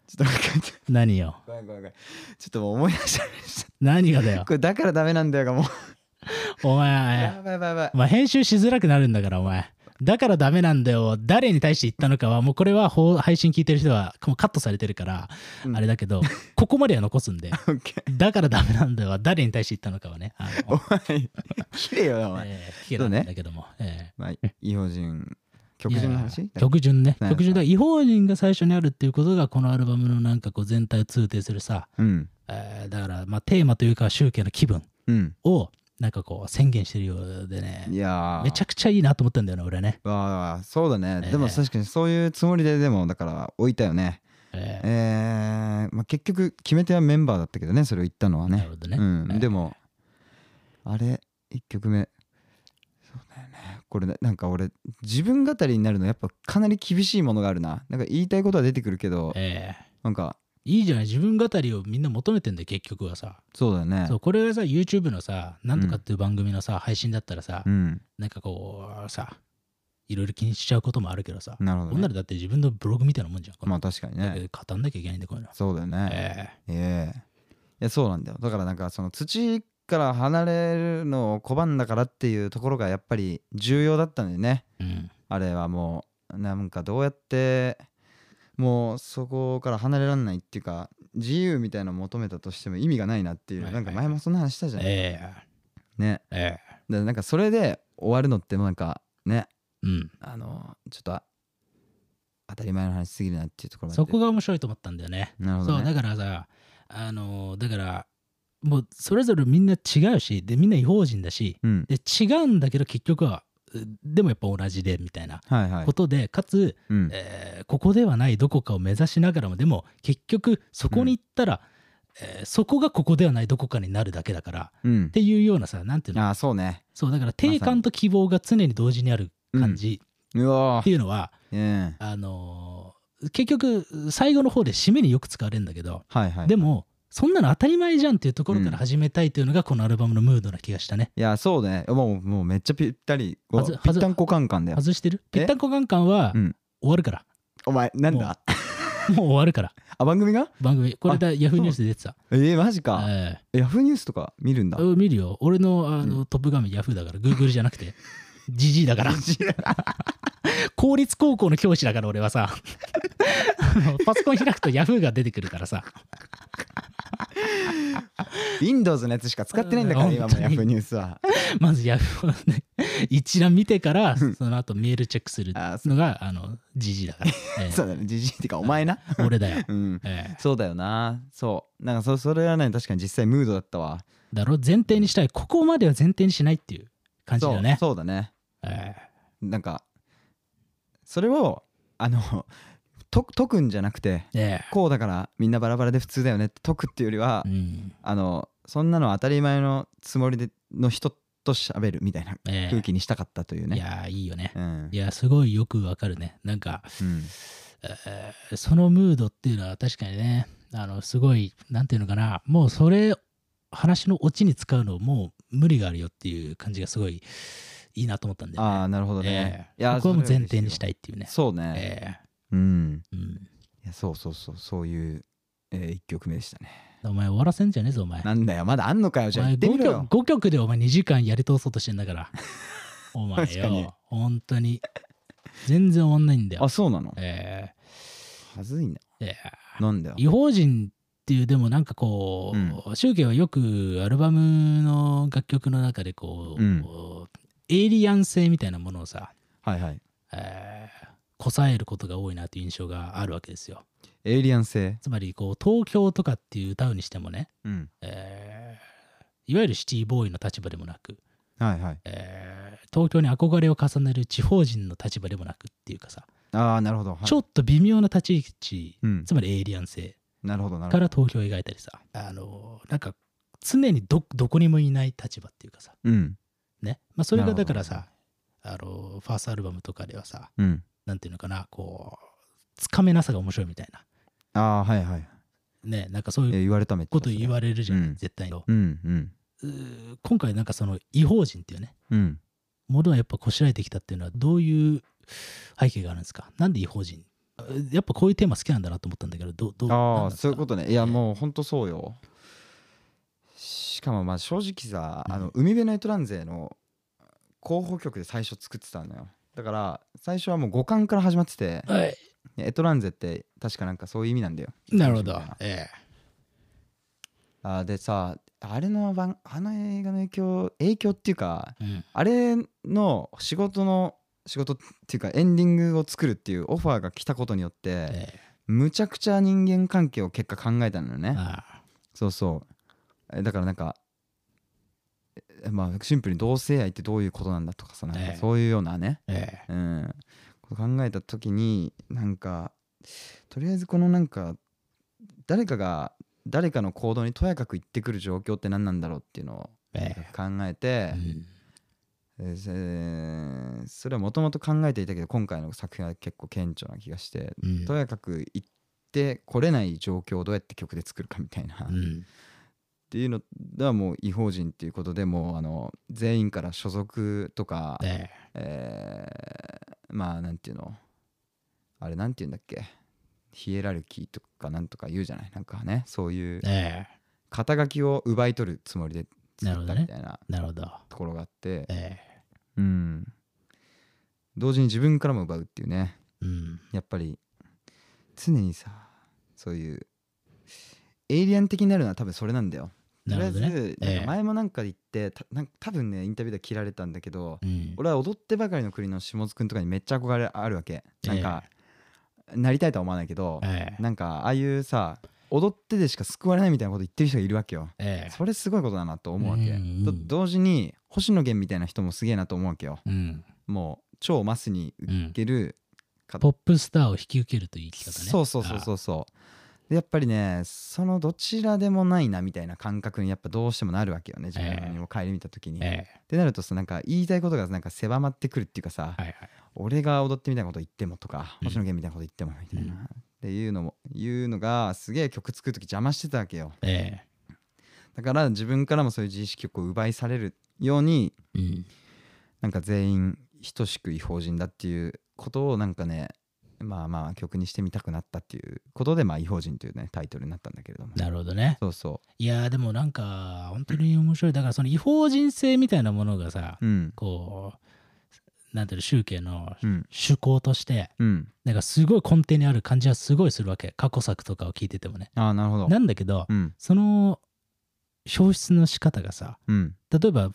[SPEAKER 3] ちょっと待って
[SPEAKER 2] 何よ
[SPEAKER 3] ごめんごめんごめんちょっともう思い出しちゃいまし
[SPEAKER 2] 何がだよ
[SPEAKER 3] たこれだからダメなんだよがもう
[SPEAKER 2] お前
[SPEAKER 3] やばいやばいやばい
[SPEAKER 2] まあ、編集しづらくなるんだから、お前。だからダメなんだよ。誰に対して言ったのかは、もうこれは放配信聞いてる人はもうカットされてるから、
[SPEAKER 3] うん
[SPEAKER 2] あれだけど、ここまでは残す んで、
[SPEAKER 3] オッケ
[SPEAKER 2] だからダメなんだよは。誰に対して言ったのかはね、あの、
[SPEAKER 3] ー お前綺麗よなお前
[SPEAKER 2] えー、聞けないんだけども。え
[SPEAKER 3] まあ違法人
[SPEAKER 2] ー
[SPEAKER 3] 曲順の
[SPEAKER 2] い
[SPEAKER 3] 話
[SPEAKER 2] や曲順ね。
[SPEAKER 3] ね
[SPEAKER 2] 曲順だ。違法人が最初にあるっていうことが、このアルバムのなんかこう全体を通底するさ、
[SPEAKER 3] うん
[SPEAKER 2] えーだから、まあ、テーマというか、宗教の気分
[SPEAKER 3] うん
[SPEAKER 2] を、なんかこう宣言してるようでね
[SPEAKER 3] い、やー
[SPEAKER 2] めちゃくちゃいいなと思ったんだよね、俺ね。
[SPEAKER 3] わあそうだね
[SPEAKER 2] ええ
[SPEAKER 3] でも確かにそういうつもりででもだから置いたよね
[SPEAKER 2] えー
[SPEAKER 3] えーまあ結局決め手はメンバーだったけどねそれを言ったのは
[SPEAKER 2] なる
[SPEAKER 3] ね
[SPEAKER 2] ほど
[SPEAKER 3] う
[SPEAKER 2] ね。
[SPEAKER 3] ん
[SPEAKER 2] ね
[SPEAKER 3] でもあれ1曲目そうだよねこれねなんか俺自分語りになるのやっぱかなり厳しいものがあるななんか言いたいことは出てくるけど
[SPEAKER 2] ええ
[SPEAKER 3] なんか
[SPEAKER 2] いいじゃない自分語りをみんな求めてんだよ結局はさ、
[SPEAKER 3] そうだよね
[SPEAKER 2] そうこれがさ YouTube のさなんとかっていう番組のさ、配信だったらさ、
[SPEAKER 3] うん
[SPEAKER 2] なんかこうさいろいろ気にしちゃうこともあるけどさ、
[SPEAKER 3] なるほ
[SPEAKER 2] こ
[SPEAKER 3] ど
[SPEAKER 2] んな
[SPEAKER 3] ね
[SPEAKER 2] のだって自分のブログみたいなもんじゃんこん
[SPEAKER 3] ま
[SPEAKER 2] な
[SPEAKER 3] あ確かにね
[SPEAKER 2] の語んなきゃいけないんだこういうの、
[SPEAKER 3] そうだよね
[SPEAKER 2] え
[SPEAKER 3] ええいやそうなんだよだからなんかその土から離れるのを拒んだからっていうところがやっぱり重要だったんでね
[SPEAKER 2] えうん
[SPEAKER 3] あれはもうなんかどうやってもうそこから離れらんないっていうか自由みたいなのを求めたとしても意味がないなっていう、
[SPEAKER 2] はい
[SPEAKER 3] なんか前もそんな話したじゃん、
[SPEAKER 2] え
[SPEAKER 3] ね
[SPEAKER 2] えええ
[SPEAKER 3] でなんかそれで終わるのってもうなんかね
[SPEAKER 2] うん
[SPEAKER 3] あのちょっとあ当たり前の話すぎるなっていうところまで
[SPEAKER 2] そこが面白いと思ったんだよね
[SPEAKER 3] なるほ
[SPEAKER 2] そう
[SPEAKER 3] どね
[SPEAKER 2] だからさあのだからもうそれぞれみんな違うしでみんな違法人だし
[SPEAKER 3] うん
[SPEAKER 2] で違うんだけど結局はでもやっぱ同じでみたいな
[SPEAKER 3] はいはい
[SPEAKER 2] ことで、かつ
[SPEAKER 3] うん
[SPEAKER 2] えーここではないどこかを目指しながらもでも結局そこに行ったら、えーそこがここではないどこかになるだけだから
[SPEAKER 3] うん
[SPEAKER 2] っていうようなさなんていうの
[SPEAKER 3] ああそうね
[SPEAKER 2] そうだから
[SPEAKER 3] さに
[SPEAKER 2] 定感と希望が常に同時にある感じ
[SPEAKER 3] うわ
[SPEAKER 2] っていうのは、
[SPEAKER 3] ええ
[SPEAKER 2] あのー結局最後の方で締めによく使われるんだけど、
[SPEAKER 3] はいはい
[SPEAKER 2] でもそんなの当たり前じゃんっていうところから始めたいというのがこのアルバムのムードな気がしたね。
[SPEAKER 3] いやそうねもうもうめっちゃぴったりこ
[SPEAKER 2] はず
[SPEAKER 3] うぴったんこカンカンだよ
[SPEAKER 2] 外してるぺったんこカンカンは
[SPEAKER 3] う
[SPEAKER 2] 終
[SPEAKER 3] ん
[SPEAKER 2] わるから。
[SPEAKER 3] お前なんだ
[SPEAKER 2] もう終わるから。
[SPEAKER 3] あ番組が
[SPEAKER 2] 番組。これだ、ヤフーニュースで出てた。
[SPEAKER 3] えー、マジか
[SPEAKER 2] え
[SPEAKER 3] ヤフーニュースとか見るん
[SPEAKER 2] え
[SPEAKER 3] だ
[SPEAKER 2] うん見るよ。俺のあの、トップ画面ヤフーだから、グーグルじゃなくて。ジジイだから 公立高校の教師だから俺は さあのパソコン開くとヤフーが出てくるからさ
[SPEAKER 3] Windows のやつしか使ってないんだか
[SPEAKER 2] う
[SPEAKER 3] ら
[SPEAKER 2] ん
[SPEAKER 3] 今
[SPEAKER 2] 本当
[SPEAKER 3] もヤ
[SPEAKER 2] に
[SPEAKER 3] フーニュースは
[SPEAKER 2] まずヤフーをね一覧見てからその後メールチェックする
[SPEAKER 3] あーそ
[SPEAKER 2] のがあのジジイだから、ええ
[SPEAKER 3] そうだねじじいってかお前 な
[SPEAKER 2] 俺だよ、
[SPEAKER 3] うん
[SPEAKER 2] ええ
[SPEAKER 3] そうだよなそうなんかそそれはね確かに実際ムードだったわ
[SPEAKER 2] だろ前提にしたいここまでは前提にしないっていう感じだ
[SPEAKER 3] そ
[SPEAKER 2] よ
[SPEAKER 3] う
[SPEAKER 2] ね
[SPEAKER 3] そうだね
[SPEAKER 2] ええ
[SPEAKER 3] なんかそれをあの と解くんじゃなくて
[SPEAKER 2] ええ
[SPEAKER 3] こうだからみんなバラバラで普通だよねって解くっていうよりは、
[SPEAKER 2] うん
[SPEAKER 3] あのそんなの当たり前のつもりでの人と喋るみたいな
[SPEAKER 2] ええ
[SPEAKER 3] 空気にしたかったという
[SPEAKER 2] い
[SPEAKER 3] ね、
[SPEAKER 2] やーいいよね
[SPEAKER 3] うん
[SPEAKER 2] いやすごいよくわかるねなんか、
[SPEAKER 3] うん
[SPEAKER 2] えーそのムードっていうのは確かにねあのすごいなんていうのかなもうそれ話のオチに使うのもう無理があるよっていう感じがすごいいいなと思ったんで、
[SPEAKER 3] ああ
[SPEAKER 2] ね
[SPEAKER 3] なるほど
[SPEAKER 2] え
[SPEAKER 3] ね、
[SPEAKER 2] え
[SPEAKER 3] いや
[SPEAKER 2] ここはもう前提にしたい
[SPEAKER 3] い
[SPEAKER 2] っていうね
[SPEAKER 3] そうね、
[SPEAKER 2] え
[SPEAKER 3] うん
[SPEAKER 2] えうん
[SPEAKER 3] いやそうそうそうそういう、えー、1曲目でしたね
[SPEAKER 2] お前終わらせんじゃねえぞお前
[SPEAKER 3] なんだよまだあんのかよじゃあ
[SPEAKER 2] お
[SPEAKER 3] 行
[SPEAKER 2] 前
[SPEAKER 3] ってみろ
[SPEAKER 2] 5,
[SPEAKER 3] よ
[SPEAKER 2] 曲5曲でお前2時間やり通そうとしてんだからお前
[SPEAKER 3] 確かに
[SPEAKER 2] よ本当に全然終わんないんだよ
[SPEAKER 3] あそうなの
[SPEAKER 2] え
[SPEAKER 3] はずいな
[SPEAKER 2] ええ
[SPEAKER 3] なんだよ
[SPEAKER 2] え違法人っていうでもなんかこう、宗教はよくアルバムの楽曲の中でこう、
[SPEAKER 3] うん
[SPEAKER 2] エイリアン性みたいなものをさ、
[SPEAKER 3] はいはい
[SPEAKER 2] えーこさえることが多いなという印象があるわけですよ
[SPEAKER 3] エイリアン性
[SPEAKER 2] つまりこう東京とかっていう歌うにしてもね、
[SPEAKER 3] うん
[SPEAKER 2] えーいわゆるシティボーイの立場でもなく
[SPEAKER 3] はいはい
[SPEAKER 2] えー東京に憧れを重ねる地方人の立場でもなくっていうかさ、
[SPEAKER 3] ああなるほど、はい、
[SPEAKER 2] ちょっと微妙な立ち位置、
[SPEAKER 3] うん
[SPEAKER 2] つまりエイリアン性
[SPEAKER 3] なるほどなる
[SPEAKER 2] か
[SPEAKER 3] ほど
[SPEAKER 2] ら東京を描いたりさあのなんか常にどどこにもいない立場っていうかさ
[SPEAKER 3] うん
[SPEAKER 2] ね、まあ、それが
[SPEAKER 3] なるほ
[SPEAKER 2] だ
[SPEAKER 3] ど
[SPEAKER 2] からさあのファーストアルバムとかではさ
[SPEAKER 3] うん
[SPEAKER 2] なんていうのかなこうつかめなさが面白いみたいな
[SPEAKER 3] ああはいはい
[SPEAKER 2] ねなんかそう
[SPEAKER 3] え
[SPEAKER 2] いう
[SPEAKER 3] 言われためっちゃ
[SPEAKER 2] こと言
[SPEAKER 3] れ
[SPEAKER 2] われるじゃん、
[SPEAKER 3] うん
[SPEAKER 2] 絶対の、
[SPEAKER 3] うんうん
[SPEAKER 2] うー今回なんかその違法人っていうね
[SPEAKER 3] うん
[SPEAKER 2] ものはやっぱこしらえてきたっていうのはどういう背景があるんですかなんで違法人やっぱこういうテーマ好きなんだなと思ったんだけどどうどうなん
[SPEAKER 3] あ
[SPEAKER 2] なん
[SPEAKER 3] あ
[SPEAKER 2] ですか
[SPEAKER 3] そういうことねいやもうほんとそうよしかもまあ正直さあの海辺ナイトラン勢の候補曲で最初作ってたのよだから最初はもう五感から始まってて
[SPEAKER 2] はい
[SPEAKER 3] エトランゼって確かなんかそういう意味なんだよ
[SPEAKER 2] なるほ
[SPEAKER 3] み
[SPEAKER 2] ど
[SPEAKER 3] たいな
[SPEAKER 2] え
[SPEAKER 3] あーでさあれの番あの映画の影響影響っていうか
[SPEAKER 2] えうん
[SPEAKER 3] あれの仕事の仕事っていうかエンディングを作るっていうオファーが来たことによって
[SPEAKER 2] え
[SPEAKER 3] むちゃくちゃ人間関係を結果考えたのよ
[SPEAKER 2] え
[SPEAKER 3] ね
[SPEAKER 2] あ
[SPEAKER 3] そうそうえだからなんかえまあシンプルに同性愛ってどういうことなんだとかさなん
[SPEAKER 2] え
[SPEAKER 3] か
[SPEAKER 2] え
[SPEAKER 3] そういうようなね
[SPEAKER 2] あええ
[SPEAKER 3] うん、こう考えた時になんかとりあえずこのなんか誰かが誰かの行動にとやかく言ってくる状況って何なんだろうっていうのを
[SPEAKER 2] え
[SPEAKER 3] 考えて
[SPEAKER 2] う、ん
[SPEAKER 3] えーせーそれはもともと考えていたけど今回の作品は結構顕著な気がして、
[SPEAKER 2] うん
[SPEAKER 3] とやかく言ってこれない状況をどうやって曲で作るかみたいな、
[SPEAKER 2] う
[SPEAKER 3] っ
[SPEAKER 2] ん
[SPEAKER 3] ていうのはもう違法人っていうことでもうあの全員から所属とか、
[SPEAKER 2] ええ
[SPEAKER 3] えーまあなんていうのあれなんていうんだっけヒエラルキーとかなんとか言うじゃないなんかねそういう
[SPEAKER 2] え
[SPEAKER 3] 肩書きを奪い取るつもりで作っ
[SPEAKER 2] なるほど
[SPEAKER 3] た
[SPEAKER 2] ね
[SPEAKER 3] みたいな
[SPEAKER 2] えなるほど
[SPEAKER 3] ところがあって、
[SPEAKER 2] ええ
[SPEAKER 3] うん同時に自分からも奪うっていうね
[SPEAKER 2] うん
[SPEAKER 3] やっぱり常にさそういうエイリアン的になるのは多分それなんだよ。と
[SPEAKER 2] な
[SPEAKER 3] りあ
[SPEAKER 2] るほ
[SPEAKER 3] え
[SPEAKER 2] ど
[SPEAKER 3] ず、
[SPEAKER 2] ね
[SPEAKER 3] なん
[SPEAKER 2] え
[SPEAKER 3] か
[SPEAKER 2] え
[SPEAKER 3] 前もなんかで言ってたなんか多分ねインタビューでは切られたんだけど、
[SPEAKER 2] うん
[SPEAKER 3] 俺は踊ってばかりの国の下津くんとかにめっちゃ憧れあるわけなんか、なりたいとは思わないけど、
[SPEAKER 2] ええ
[SPEAKER 3] なんかああいうさ踊ってでしか救われないみたいなこと言ってる人がいるわけよ
[SPEAKER 2] ええ
[SPEAKER 3] それすごいことだなと思うわけ、
[SPEAKER 2] うんうん
[SPEAKER 3] と同時に星野源みたいな人もすげえなと思うわけよ
[SPEAKER 2] うん
[SPEAKER 3] もう超マスに
[SPEAKER 2] う
[SPEAKER 3] 受
[SPEAKER 2] ん
[SPEAKER 3] ける、
[SPEAKER 2] ポップスターを引き受けるという生き方ね
[SPEAKER 3] そうそうそうそうそうでやっぱりねそのどちらでもないなみたいな感覚にやっぱどうしてもなるわけよね自分にも帰り見た時に、
[SPEAKER 2] ああ
[SPEAKER 3] っ
[SPEAKER 2] え
[SPEAKER 3] てなるとさなんか言いたいことがなんか狭まってくるっていうかさ、
[SPEAKER 2] えはいはい
[SPEAKER 3] 俺が踊ってみたいなこと言ってもとか
[SPEAKER 2] うん
[SPEAKER 3] 星野源みたいなこと言ってもみたいな、っていうのもいうのがすげえ曲作る時邪魔してたわけよ
[SPEAKER 2] え
[SPEAKER 3] だから自分からもそういう自意識をこう奪いされるように
[SPEAKER 2] えうん
[SPEAKER 3] なんか全員等しく違法人だっていうことをなんかねまあまあ曲にしてみたくなったっていうことで「まあ、違法人」というねタイトルになったんだけれども
[SPEAKER 2] なるほどね
[SPEAKER 3] そうそ
[SPEAKER 2] いやーでもなんか本当に面白いだからその違法人性みたいなものがさ
[SPEAKER 3] ううん
[SPEAKER 2] こうなんていうの宗教の
[SPEAKER 3] うん
[SPEAKER 2] 趣向として
[SPEAKER 3] うん
[SPEAKER 2] なんかすごい根底にある感じはすごいするわけ過去作とかを聞いててもね
[SPEAKER 3] ああなるほど
[SPEAKER 2] なんだけど
[SPEAKER 3] うん
[SPEAKER 2] その表出の仕方がさ
[SPEAKER 3] うん
[SPEAKER 2] 例えば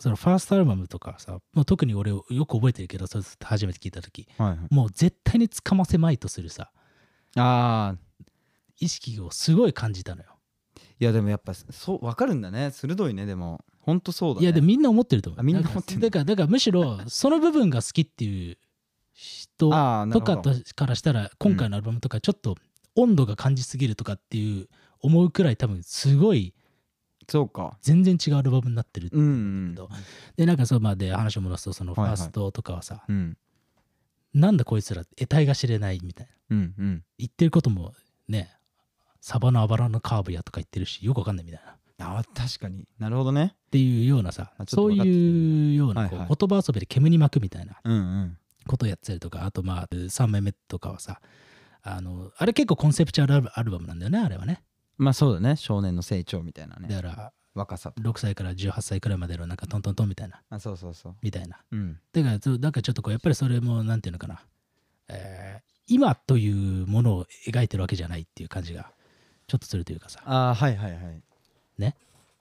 [SPEAKER 2] そのファーストアルバムとかさもう特に俺よく覚えてるけどそれ初めて聞いた時
[SPEAKER 3] はいはい
[SPEAKER 2] もう絶対につかませまいとするさ
[SPEAKER 3] ああ
[SPEAKER 2] 意識をすごい感じたのよ、
[SPEAKER 3] いやでもやっぱそう分かるんだね鋭いねでもほんとそうだ
[SPEAKER 2] い
[SPEAKER 3] ね
[SPEAKER 2] やでもみんな思ってると思う
[SPEAKER 3] あみんな思ってる
[SPEAKER 2] だからだからむしろその部分が好きっていう人
[SPEAKER 3] ああな
[SPEAKER 2] と
[SPEAKER 3] るほ
[SPEAKER 2] か
[SPEAKER 3] ど
[SPEAKER 2] とからしたら今回のアルバムとかちょっと温度が感じすぎるとかっていう思うくらい多分すごい
[SPEAKER 3] そうか
[SPEAKER 2] 全然違うアルバムになってるって
[SPEAKER 3] う
[SPEAKER 2] い
[SPEAKER 3] ん
[SPEAKER 2] うけど、でなんかそうまあで話を戻すとそのフ
[SPEAKER 3] はい
[SPEAKER 2] ァ
[SPEAKER 3] は
[SPEAKER 2] ー
[SPEAKER 3] い
[SPEAKER 2] ストとかはさ、
[SPEAKER 3] うんうん
[SPEAKER 2] なんだこいつら得体が知れないみたいな
[SPEAKER 3] うんうん
[SPEAKER 2] 言ってることもねサバのあばらのカーブやとか言ってるしよくわかんないみたいなっ
[SPEAKER 3] ああ確かになるほどね
[SPEAKER 2] ていうようなさ
[SPEAKER 3] あちょ
[SPEAKER 2] そ
[SPEAKER 3] っと
[SPEAKER 2] う
[SPEAKER 3] わかってきた
[SPEAKER 2] いうようなこう、
[SPEAKER 3] はいはい
[SPEAKER 2] 言葉遊びで煙に巻くみたいな
[SPEAKER 3] うんうん
[SPEAKER 2] ことやってたりとかあとまあ3枚目とかはさあのあれ結構コンセプチュアルアルアルバムなんだよねあれはね
[SPEAKER 3] まあそうだね少年の成長みたいな
[SPEAKER 2] だ
[SPEAKER 3] ね
[SPEAKER 2] から
[SPEAKER 3] 若さと
[SPEAKER 2] 6歳から18歳くらいまでのなんかトントントンみたいな
[SPEAKER 3] あそうそうそう
[SPEAKER 2] みたいな
[SPEAKER 3] うん
[SPEAKER 2] だからそうなんかちょっとこうやっぱりそれもなんていうのかな、えー今というものを描いてるわけじゃないっていう感じがちょっとするというかさ
[SPEAKER 3] ああはいはいはい
[SPEAKER 2] ね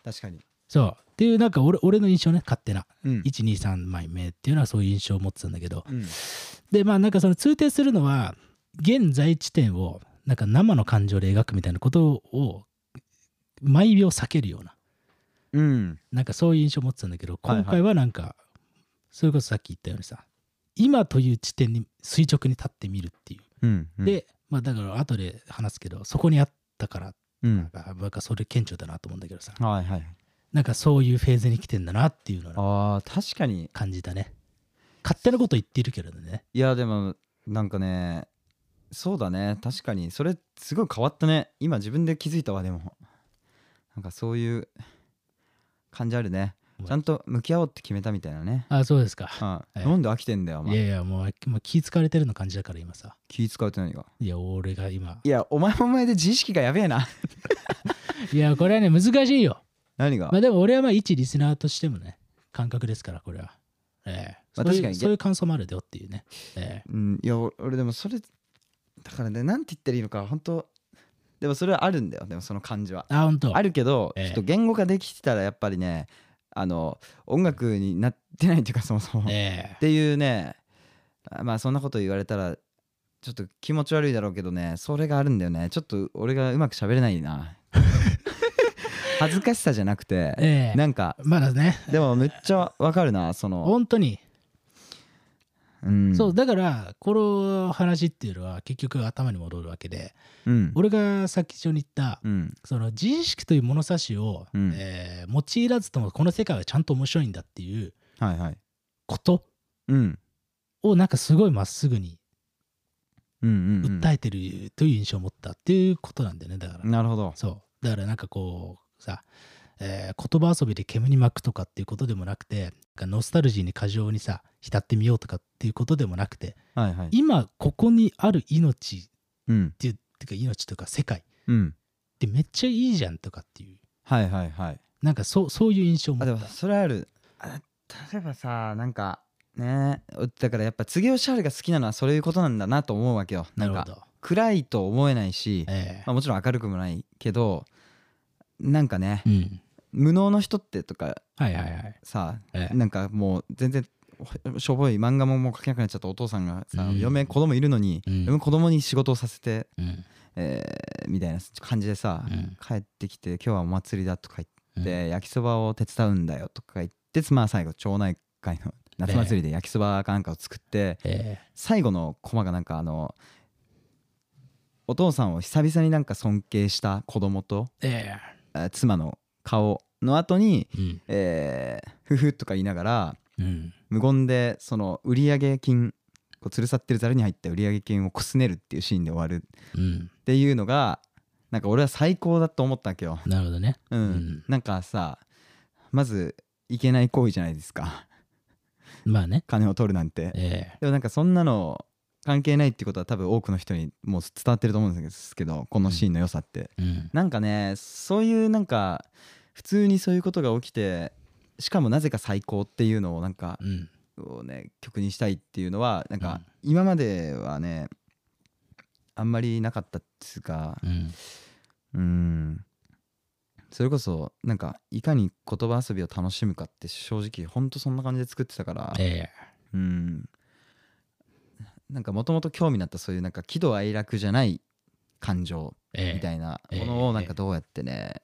[SPEAKER 3] 確かに
[SPEAKER 2] そうっていうなんか俺俺の印象ね勝手な
[SPEAKER 3] うん
[SPEAKER 2] 123枚目っていうのはそういう印象を持ってたんだけど
[SPEAKER 3] うん
[SPEAKER 2] でまあなんかその通底するのは現在地点をなんか生の感情で描くみたいなことを毎秒避けるような
[SPEAKER 3] うん
[SPEAKER 2] なんかそういう印象を持ってたんだけど
[SPEAKER 3] はいはい
[SPEAKER 2] 今回はなんか、それこそさっき言ったようにさ今という地点に垂直に立ってみるっていう、
[SPEAKER 3] うんうん
[SPEAKER 2] でまあだから後で話すけどそこにあったから
[SPEAKER 3] うん
[SPEAKER 2] あなんかそれ顕著だなと思うんだけどさ
[SPEAKER 3] はいはい
[SPEAKER 2] なんかそういうフェーズに来てんだなっていうのを
[SPEAKER 3] あー確かに
[SPEAKER 2] 感じたね勝手なこと言ってるけれどね
[SPEAKER 3] いやでもなんかねそうだね確かにそれすごい変わったね今自分で気づいたわでもなんかそういう感じあるね
[SPEAKER 2] うん
[SPEAKER 3] ちゃんと向き合おうって決めたみたいなね、
[SPEAKER 2] あそうですか
[SPEAKER 3] はい
[SPEAKER 2] ええ
[SPEAKER 3] なんで飽きてんだよお
[SPEAKER 2] いや
[SPEAKER 3] 前
[SPEAKER 2] いやもうもう気使われてるの感じだから今さ
[SPEAKER 3] 気使うって何が
[SPEAKER 2] いや俺が今
[SPEAKER 3] いやお前もお前で自意識がやべえな
[SPEAKER 2] いやこれはね難しいよ
[SPEAKER 3] 何が、
[SPEAKER 2] まあでも俺はまあ一リスナーとしてもね感覚ですからこれはええ
[SPEAKER 3] ま
[SPEAKER 2] そ
[SPEAKER 3] あ
[SPEAKER 2] ういう
[SPEAKER 3] 確かに
[SPEAKER 2] そういう感想もあるよっていうねええ
[SPEAKER 3] うんいやお俺でもそれだからねなんて言ったらいいのか本当でもそれはあるんだよでもその感じは
[SPEAKER 2] あ本当
[SPEAKER 3] あるけど、
[SPEAKER 2] ええ
[SPEAKER 3] ちょっと言語化できてたらやっぱりねあの音楽になってないというかそもそも、
[SPEAKER 2] え
[SPEAKER 3] っていうねあまあそんなこと言われたらちょっと気持ち悪いだろうけどねそれがあるんだよねちょっと俺がうまく喋れな いな恥ずかしさじゃなくて、
[SPEAKER 2] えええ
[SPEAKER 3] なんか
[SPEAKER 2] まだね
[SPEAKER 3] でもめっちゃわかるなその、
[SPEAKER 2] 本当に、
[SPEAKER 3] うん、
[SPEAKER 2] そうだからこの話っていうのは結局頭に戻るわけで
[SPEAKER 3] うん
[SPEAKER 2] 俺が先っちょに言った
[SPEAKER 3] うん
[SPEAKER 2] その自意識という物差しを、
[SPEAKER 3] うん
[SPEAKER 2] ええ用いらずともこの世界はちゃんと面白いんだっていう
[SPEAKER 3] はいはい
[SPEAKER 2] こと
[SPEAKER 3] うん
[SPEAKER 2] をなんかすごいまっすぐに
[SPEAKER 3] うんうん、うん、
[SPEAKER 2] 訴えてるという印象を持ったっていうことなんだよねだから、
[SPEAKER 3] なるほど
[SPEAKER 2] そうだからなんかこうさ、えー言葉遊びで煙に巻くとかっていうことでもなくてなんかノスタルジーに過剰にさ浸ってみようとかっていうことでもなくて
[SPEAKER 3] はいはい
[SPEAKER 2] 今ここにある命っ
[SPEAKER 3] うん
[SPEAKER 2] ていうてか命とか世界っ
[SPEAKER 3] うん
[SPEAKER 2] てめっちゃいいじゃんとかっていう
[SPEAKER 3] はいはいはい
[SPEAKER 2] なんかそうそういう印象を持
[SPEAKER 3] あ
[SPEAKER 2] っ
[SPEAKER 3] で
[SPEAKER 2] た
[SPEAKER 3] もそれあるあ例えばさなんかねだからやっぱ次シャルが好きなのはそういうことなんだなと思うわけよ
[SPEAKER 2] な
[SPEAKER 3] なん
[SPEAKER 2] るほ
[SPEAKER 3] か
[SPEAKER 2] ど、
[SPEAKER 3] 暗いと思えないし、
[SPEAKER 2] え
[SPEAKER 3] まあ、もちろん明るくもないけどなんかね
[SPEAKER 2] えうん
[SPEAKER 3] 無能の人ってとか
[SPEAKER 2] はいはいはい
[SPEAKER 3] さ
[SPEAKER 2] ええ
[SPEAKER 3] なんかもう全然ほしょぼい漫画ももう描けなくなっちゃったお父さんがさ、
[SPEAKER 2] うん
[SPEAKER 3] 嫁子供いるのに、
[SPEAKER 2] うん
[SPEAKER 3] 嫁子供に仕事をさせて、
[SPEAKER 2] うん
[SPEAKER 3] えーみたいな感じでさ、
[SPEAKER 2] うん
[SPEAKER 3] 帰ってきて「今日はお祭りだ」とか言って
[SPEAKER 2] うん
[SPEAKER 3] で焼きそばを手伝うんだよとか言ってまあ最後町内会の夏祭りで焼きそばかなんかを作って
[SPEAKER 2] え
[SPEAKER 3] 最後のコマがなんかあのお父さんを久々になんか尊敬した子供と
[SPEAKER 2] ええ
[SPEAKER 3] えー妻の顔の後に
[SPEAKER 2] えうん
[SPEAKER 3] 「えーふふ」とか言いながら
[SPEAKER 2] うん
[SPEAKER 3] 無言でその売上金こう吊るさってるざるに入った売上金をこすねるっていうシーンで終わる
[SPEAKER 2] うん
[SPEAKER 3] っていうのがなんか俺は最高だと思ったわけよ、
[SPEAKER 2] なるほどね
[SPEAKER 3] うん
[SPEAKER 2] うん
[SPEAKER 3] なんかさまずいけない行為じゃないですか
[SPEAKER 2] まあね
[SPEAKER 3] 金を取るなんて
[SPEAKER 2] ええ
[SPEAKER 3] でもなんかそんなの関係ないってことは多分多くの人にもう伝わってると思うんですけどこのシーンの良さって、
[SPEAKER 2] うん
[SPEAKER 3] なんかねそういうなんか普通にそういうことが起きてしかもなぜか最高っていうのをなんか
[SPEAKER 2] うん
[SPEAKER 3] をね曲にしたいっていうのはなんか
[SPEAKER 2] う
[SPEAKER 3] 今まではねあんまりなかったっつうか
[SPEAKER 2] うん
[SPEAKER 3] うんそれこそなんかいかに言葉遊びを楽しむかって正直ほんとそんな感じで作ってたから
[SPEAKER 2] ええ
[SPEAKER 3] うんなんかもともと興味になったそういうなんか喜怒哀楽じゃない感情
[SPEAKER 2] ええ
[SPEAKER 3] みたいな
[SPEAKER 2] ええ
[SPEAKER 3] ものをなんかどうやってね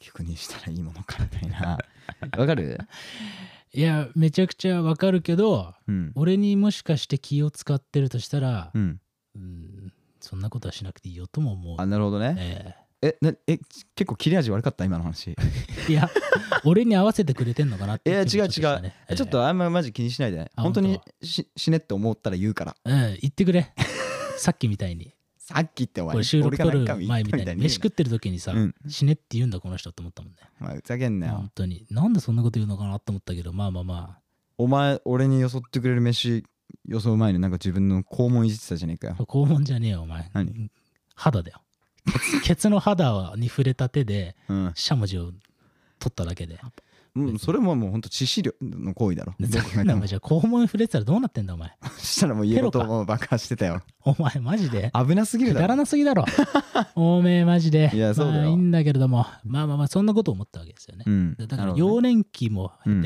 [SPEAKER 3] 曲にしたらいいものかみたいな わかる
[SPEAKER 2] いやめちゃくちゃわかるけど
[SPEAKER 3] うん
[SPEAKER 2] 俺にもしかして気を使ってるとしたら
[SPEAKER 3] う、ん
[SPEAKER 2] うん、そんなことはしなくていいよとも思う
[SPEAKER 3] あ。なるほどね
[SPEAKER 2] え
[SPEAKER 3] えなえち結構切れ味悪かった今の話
[SPEAKER 2] えいや俺に合わせてくれてんのかなって
[SPEAKER 3] いや
[SPEAKER 2] 気持ち
[SPEAKER 3] 違う
[SPEAKER 2] ょっとしたね
[SPEAKER 3] ちょっ、とあんまマジ気にしないでね
[SPEAKER 2] あ
[SPEAKER 3] 本当に
[SPEAKER 2] 本
[SPEAKER 3] し死ねって思ったら言うから
[SPEAKER 2] ええうん、言ってく れさっきみたいに
[SPEAKER 3] さっきってお
[SPEAKER 2] こ
[SPEAKER 3] 前
[SPEAKER 2] れ収録
[SPEAKER 3] 俺が
[SPEAKER 2] 撮
[SPEAKER 3] 何
[SPEAKER 2] る
[SPEAKER 3] 回も言
[SPEAKER 2] 前
[SPEAKER 3] っ
[SPEAKER 2] み
[SPEAKER 3] た
[SPEAKER 2] たいに飯食
[SPEAKER 3] っ
[SPEAKER 2] ってる時にさ、
[SPEAKER 3] うん
[SPEAKER 2] 死ねって言うんだこの人って思ったもんね
[SPEAKER 3] お前ふざけんなよ、
[SPEAKER 2] 本当になんでそんなこと言うのかなと思ったけどまあまあま
[SPEAKER 3] お前俺によそってくれる飯よそう前になんか自分の肛門いじってたじゃねえかよ
[SPEAKER 2] あ肛門じゃねえよお前
[SPEAKER 3] 何
[SPEAKER 2] 肌だよケツの肌に触れた手で
[SPEAKER 3] うん、
[SPEAKER 2] しゃもじを取っただけで
[SPEAKER 3] うん、それももうほんと致死量の行為だろ
[SPEAKER 2] で
[SPEAKER 3] どう考えて
[SPEAKER 2] な
[SPEAKER 3] も
[SPEAKER 2] んだじゃあ肛門触れてたらどうなってんだお前
[SPEAKER 3] そしたらもう家ごと
[SPEAKER 2] テロか
[SPEAKER 3] もう爆破して たよ
[SPEAKER 2] お前マジで
[SPEAKER 3] 危なすぎる
[SPEAKER 2] く
[SPEAKER 3] だ
[SPEAKER 2] だら
[SPEAKER 3] ろ
[SPEAKER 2] なすぎだろおめえマジで
[SPEAKER 3] いやそうだよ
[SPEAKER 2] まあいいんだけれどもまあまあまあそんなこと思ったわけですよね
[SPEAKER 3] う、ん、
[SPEAKER 2] だか
[SPEAKER 3] な
[SPEAKER 2] ら
[SPEAKER 3] るほど
[SPEAKER 2] 幼
[SPEAKER 3] ね
[SPEAKER 2] 年期も経て、
[SPEAKER 3] うん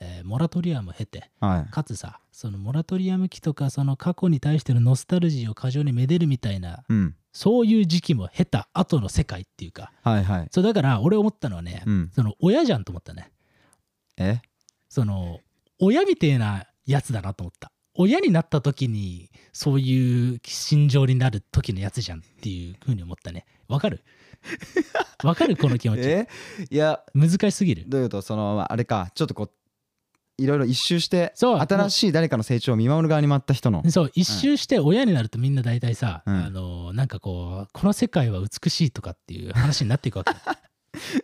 [SPEAKER 2] えーモラトリアムを経て
[SPEAKER 3] はい
[SPEAKER 2] かつさそのモラトリアム期とかその過去に対してのノスタルジーを過剰にめでるみたいな
[SPEAKER 3] うん
[SPEAKER 2] そういう時期も経た後の世界っていうか
[SPEAKER 3] はいはい
[SPEAKER 2] そうだから俺思ったのはね、
[SPEAKER 3] うん
[SPEAKER 2] その親じゃんと思ったね
[SPEAKER 3] え
[SPEAKER 2] その親みてえなやつだなと思った親になった時にそういう心情になる時のやつじゃんっていうふうに思ったねわ かるわかるこの気持ち
[SPEAKER 3] えいや
[SPEAKER 2] 難しすぎる
[SPEAKER 3] どういうことそのまああれかちょっとこういろいろ一周して
[SPEAKER 2] そう
[SPEAKER 3] 新しい誰かの成長を見守る側に回った人の
[SPEAKER 2] そう一周して親になるとみんな大体さ、
[SPEAKER 3] うん
[SPEAKER 2] あのなんかこうこの世界は美しいとかっていう話になっていくわ け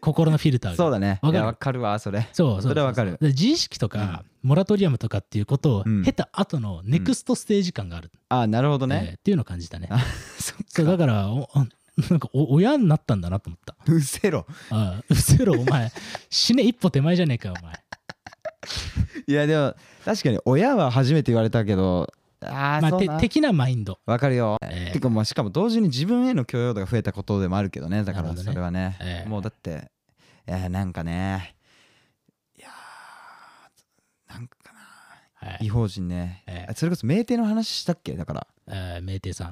[SPEAKER 2] 心のフィルターが
[SPEAKER 3] そうだね
[SPEAKER 2] わかる
[SPEAKER 3] いやわかるわそれ
[SPEAKER 2] そうそう
[SPEAKER 3] それはわかる
[SPEAKER 2] そうそうで自意識とか、モラトリアムとかっていうことを
[SPEAKER 3] うん
[SPEAKER 2] 経た後のネクストステージ感がある、
[SPEAKER 3] あなるほど
[SPEAKER 2] えー
[SPEAKER 3] ね
[SPEAKER 2] っていうのを感じたね
[SPEAKER 3] あ そ
[SPEAKER 2] そうだ
[SPEAKER 3] っ
[SPEAKER 2] か
[SPEAKER 3] か
[SPEAKER 2] らお あなんかお親になったんだなと思った
[SPEAKER 3] うせろ
[SPEAKER 2] あうせろお前死ね一歩手前じゃねえかよお前
[SPEAKER 3] いやでも確かに親は初めて言われたけどあ
[SPEAKER 2] ま
[SPEAKER 3] あ
[SPEAKER 2] あ
[SPEAKER 3] そう
[SPEAKER 2] て
[SPEAKER 3] な
[SPEAKER 2] 的なマインド、
[SPEAKER 3] わかるよ
[SPEAKER 2] えー
[SPEAKER 3] てかまあしかも同時に自分への許容度が増えたことでもあるけどねだ
[SPEAKER 2] なる
[SPEAKER 3] から
[SPEAKER 2] ほど
[SPEAKER 3] そ
[SPEAKER 2] ね
[SPEAKER 3] れはね
[SPEAKER 2] ええ
[SPEAKER 3] もうだってえーなんかねいやーなんかな
[SPEAKER 2] は
[SPEAKER 3] 違
[SPEAKER 2] い
[SPEAKER 3] 法人ね
[SPEAKER 2] ええ
[SPEAKER 3] あそれこそ酩酊の話したっけだから
[SPEAKER 2] えー、名帝さ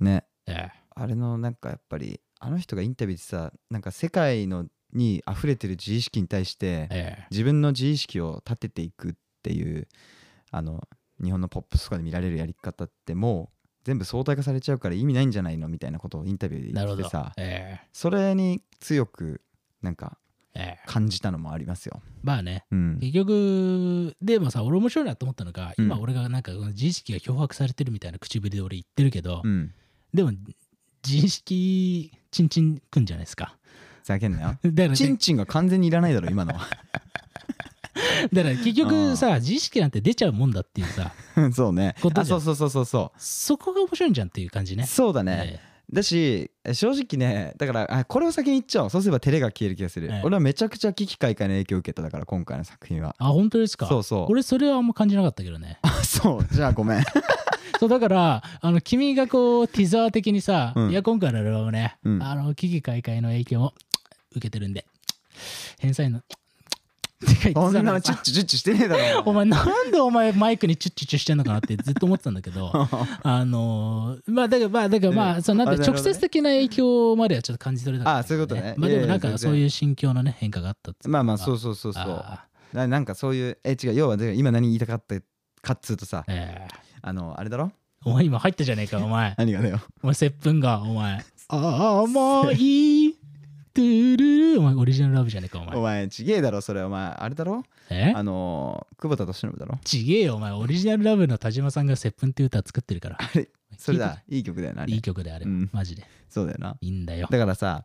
[SPEAKER 2] ん、
[SPEAKER 3] ね
[SPEAKER 2] え
[SPEAKER 3] あれのなんかやっぱりあの人がインタビューでさなんか世界のに溢れてる自意識に対して
[SPEAKER 2] ーえ
[SPEAKER 3] 自分の自意識を立てていくっていうあの日本のポップスとかで見られるやり方ってもう全部相対化されちゃうから意味ないんじゃないのみたいなことをインタビューで
[SPEAKER 2] ーなるほ
[SPEAKER 3] 言って
[SPEAKER 2] ど
[SPEAKER 3] てさ
[SPEAKER 2] え
[SPEAKER 3] それに強くなんか
[SPEAKER 2] ーえー
[SPEAKER 3] 感じたのもありますよ。
[SPEAKER 2] まあね
[SPEAKER 3] うん、
[SPEAKER 2] 結局でもさ俺面白いなと思ったのが、
[SPEAKER 3] うん
[SPEAKER 2] 今俺がなんか自意識が脅迫されてるみたいな唇で俺言ってるけど、
[SPEAKER 3] うん、
[SPEAKER 2] でも自意識チンチンくんじゃないですか。
[SPEAKER 3] ふざけんなよ
[SPEAKER 2] だ からね
[SPEAKER 3] チンチンが完全にいらないだろ今のは。
[SPEAKER 2] だから結局さ自意識なんて出ちゃうもんだっていうさ
[SPEAKER 3] そうね
[SPEAKER 2] こと。じゃん
[SPEAKER 3] あそうそうそうそうそ
[SPEAKER 2] そこが面白いんじゃんっていう感じ
[SPEAKER 3] う。
[SPEAKER 2] ね。
[SPEAKER 3] そうだね。だし正直ねだからあこれを先に言っちゃおうそうすれば照れが消える気がする、
[SPEAKER 2] ええ
[SPEAKER 3] 俺はめちゃくちゃ危機開会の影響を受けただから今回の作品は
[SPEAKER 2] あ本当ですか
[SPEAKER 3] そうそう
[SPEAKER 2] 俺それはあんま感じなかったけどね
[SPEAKER 3] あ そうじゃあごめん
[SPEAKER 2] そうだからあの君がこうティザー的にさ、
[SPEAKER 3] うん
[SPEAKER 2] いや今回のアルバムね、
[SPEAKER 3] うん
[SPEAKER 2] あの危機開会の影響を受けてるんで返済のって書いて
[SPEAKER 3] そん
[SPEAKER 2] たの
[SPEAKER 3] なのチュッチュチュッチュしてねえだろ
[SPEAKER 2] お前なんでお前マイクにチュッチュチュしてんのかなってずっと思ってたんだけ どあのーまあだからまあだからま
[SPEAKER 3] う
[SPEAKER 2] あ
[SPEAKER 3] ん
[SPEAKER 2] そのなん
[SPEAKER 3] あな
[SPEAKER 2] か
[SPEAKER 3] るほ
[SPEAKER 2] 直
[SPEAKER 3] どね
[SPEAKER 2] 接的な影響まではちょっと感じ取れなかったけど、
[SPEAKER 3] あそういうことね
[SPEAKER 2] まあでもなん
[SPEAKER 3] いやい
[SPEAKER 2] か
[SPEAKER 3] や
[SPEAKER 2] そういう心境のね変化があったっていう
[SPEAKER 3] まあまあ
[SPEAKER 2] か
[SPEAKER 3] そうそうそうそう
[SPEAKER 2] あ
[SPEAKER 3] ななんかそういうえ違う要は今何言いたかったかっつうとさ
[SPEAKER 2] ーえー
[SPEAKER 3] あのあれだろ
[SPEAKER 2] お前今入ったじゃねえかお前
[SPEAKER 3] 何がだよ
[SPEAKER 2] お前接吻がお前甘いトゥルルお前オリジナルラブじゃねえ かお
[SPEAKER 3] お
[SPEAKER 2] 前
[SPEAKER 3] 前ちげえだろそれお前あれだろ
[SPEAKER 2] え
[SPEAKER 3] あのー久保田敏信だろ
[SPEAKER 2] ちげえよお前オリジナルラブの田島さんが「接吻」っていう歌作ってるから
[SPEAKER 3] あれそ
[SPEAKER 2] 聞い
[SPEAKER 3] れだいい曲だよなあ
[SPEAKER 2] た
[SPEAKER 3] れ
[SPEAKER 2] いい曲であれ、
[SPEAKER 3] うん
[SPEAKER 2] マジで
[SPEAKER 3] そうだよない
[SPEAKER 2] いんだよ
[SPEAKER 3] だからさ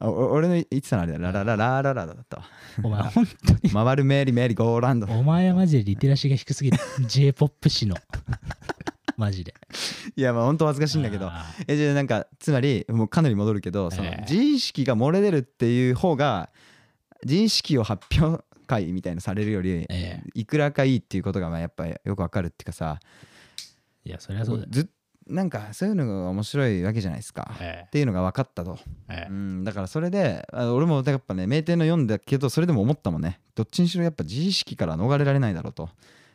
[SPEAKER 3] あお俺の言ってたのあれだよラララララララだったわ
[SPEAKER 2] お前本当に
[SPEAKER 3] 回るメリーメリーゴーランド
[SPEAKER 2] お前はマジでリテラシーが低すぎる j p o p 誌 のマジで
[SPEAKER 3] いやまあ本当恥ずかしいんだけど
[SPEAKER 2] あー
[SPEAKER 3] えじゃあなんかつまりもうかなり戻るけどその
[SPEAKER 2] ええ
[SPEAKER 3] 自意識が漏れ出るっていう方が自意識を発表会みたいなされるより
[SPEAKER 2] ええ
[SPEAKER 3] いくらかいいっていうことがまあやっぱりよくわかるっていうかさ
[SPEAKER 2] いやそりゃそうだよ、
[SPEAKER 3] ずっなんかそういうのが面白いわけじゃないですか。
[SPEAKER 2] え
[SPEAKER 3] っていうのが分かったと、
[SPEAKER 2] えええ
[SPEAKER 3] うん、だからそれであ俺もやっぱね名店の読んだけどそれでも思ったもんねどっちにしろやっぱ自意識から逃れられないだろうと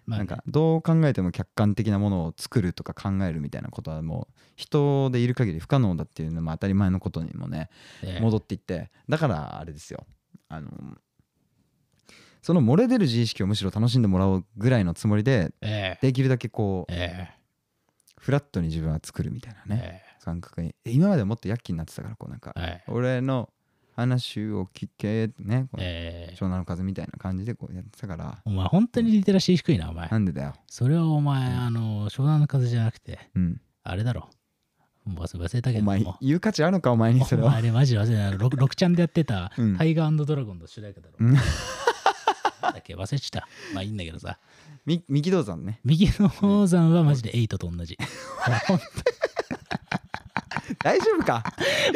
[SPEAKER 2] まあ
[SPEAKER 3] な
[SPEAKER 2] ね
[SPEAKER 3] んかどう考えても客観的なものを作るとか考えるみたいなことはもう人でいる限り不可能だっていうのも当たり前のことにもね
[SPEAKER 2] ええ
[SPEAKER 3] 戻っていってだからあれですよあのその漏れ出る自意識をむしろ楽しんでもらおうぐらいのつもりで
[SPEAKER 2] ええ
[SPEAKER 3] できるだけこう
[SPEAKER 2] え
[SPEAKER 3] フラットに自分は作るみたいな
[SPEAKER 2] え
[SPEAKER 3] ね感覚に今まではもっとヤッキーになってたからこうなんか
[SPEAKER 2] ええ
[SPEAKER 3] 俺の話を聞けねこう
[SPEAKER 2] ええ
[SPEAKER 3] 湘南の風みたいな感じでこうやってたから
[SPEAKER 2] お前本当にリテラシー低いなお前
[SPEAKER 3] なんでだよ
[SPEAKER 2] それはお前あの湘南の風じゃなくて
[SPEAKER 3] うん
[SPEAKER 2] あれだろもう忘れたけ
[SPEAKER 3] お
[SPEAKER 2] ども
[SPEAKER 3] 前言う価値あるのかお前にそれ
[SPEAKER 2] お前
[SPEAKER 3] は
[SPEAKER 2] あれマジで忘れたあのろくろくちゃんでやってた
[SPEAKER 3] う
[SPEAKER 2] 「
[SPEAKER 3] ん
[SPEAKER 2] タイガードラゴン」の主題歌だろ、
[SPEAKER 3] うん
[SPEAKER 2] なんだっけ忘れちゃったまあいいんだけどさ
[SPEAKER 3] み三木道山ね
[SPEAKER 2] 右の宝山はマジでエイトと同じ
[SPEAKER 3] 大丈夫か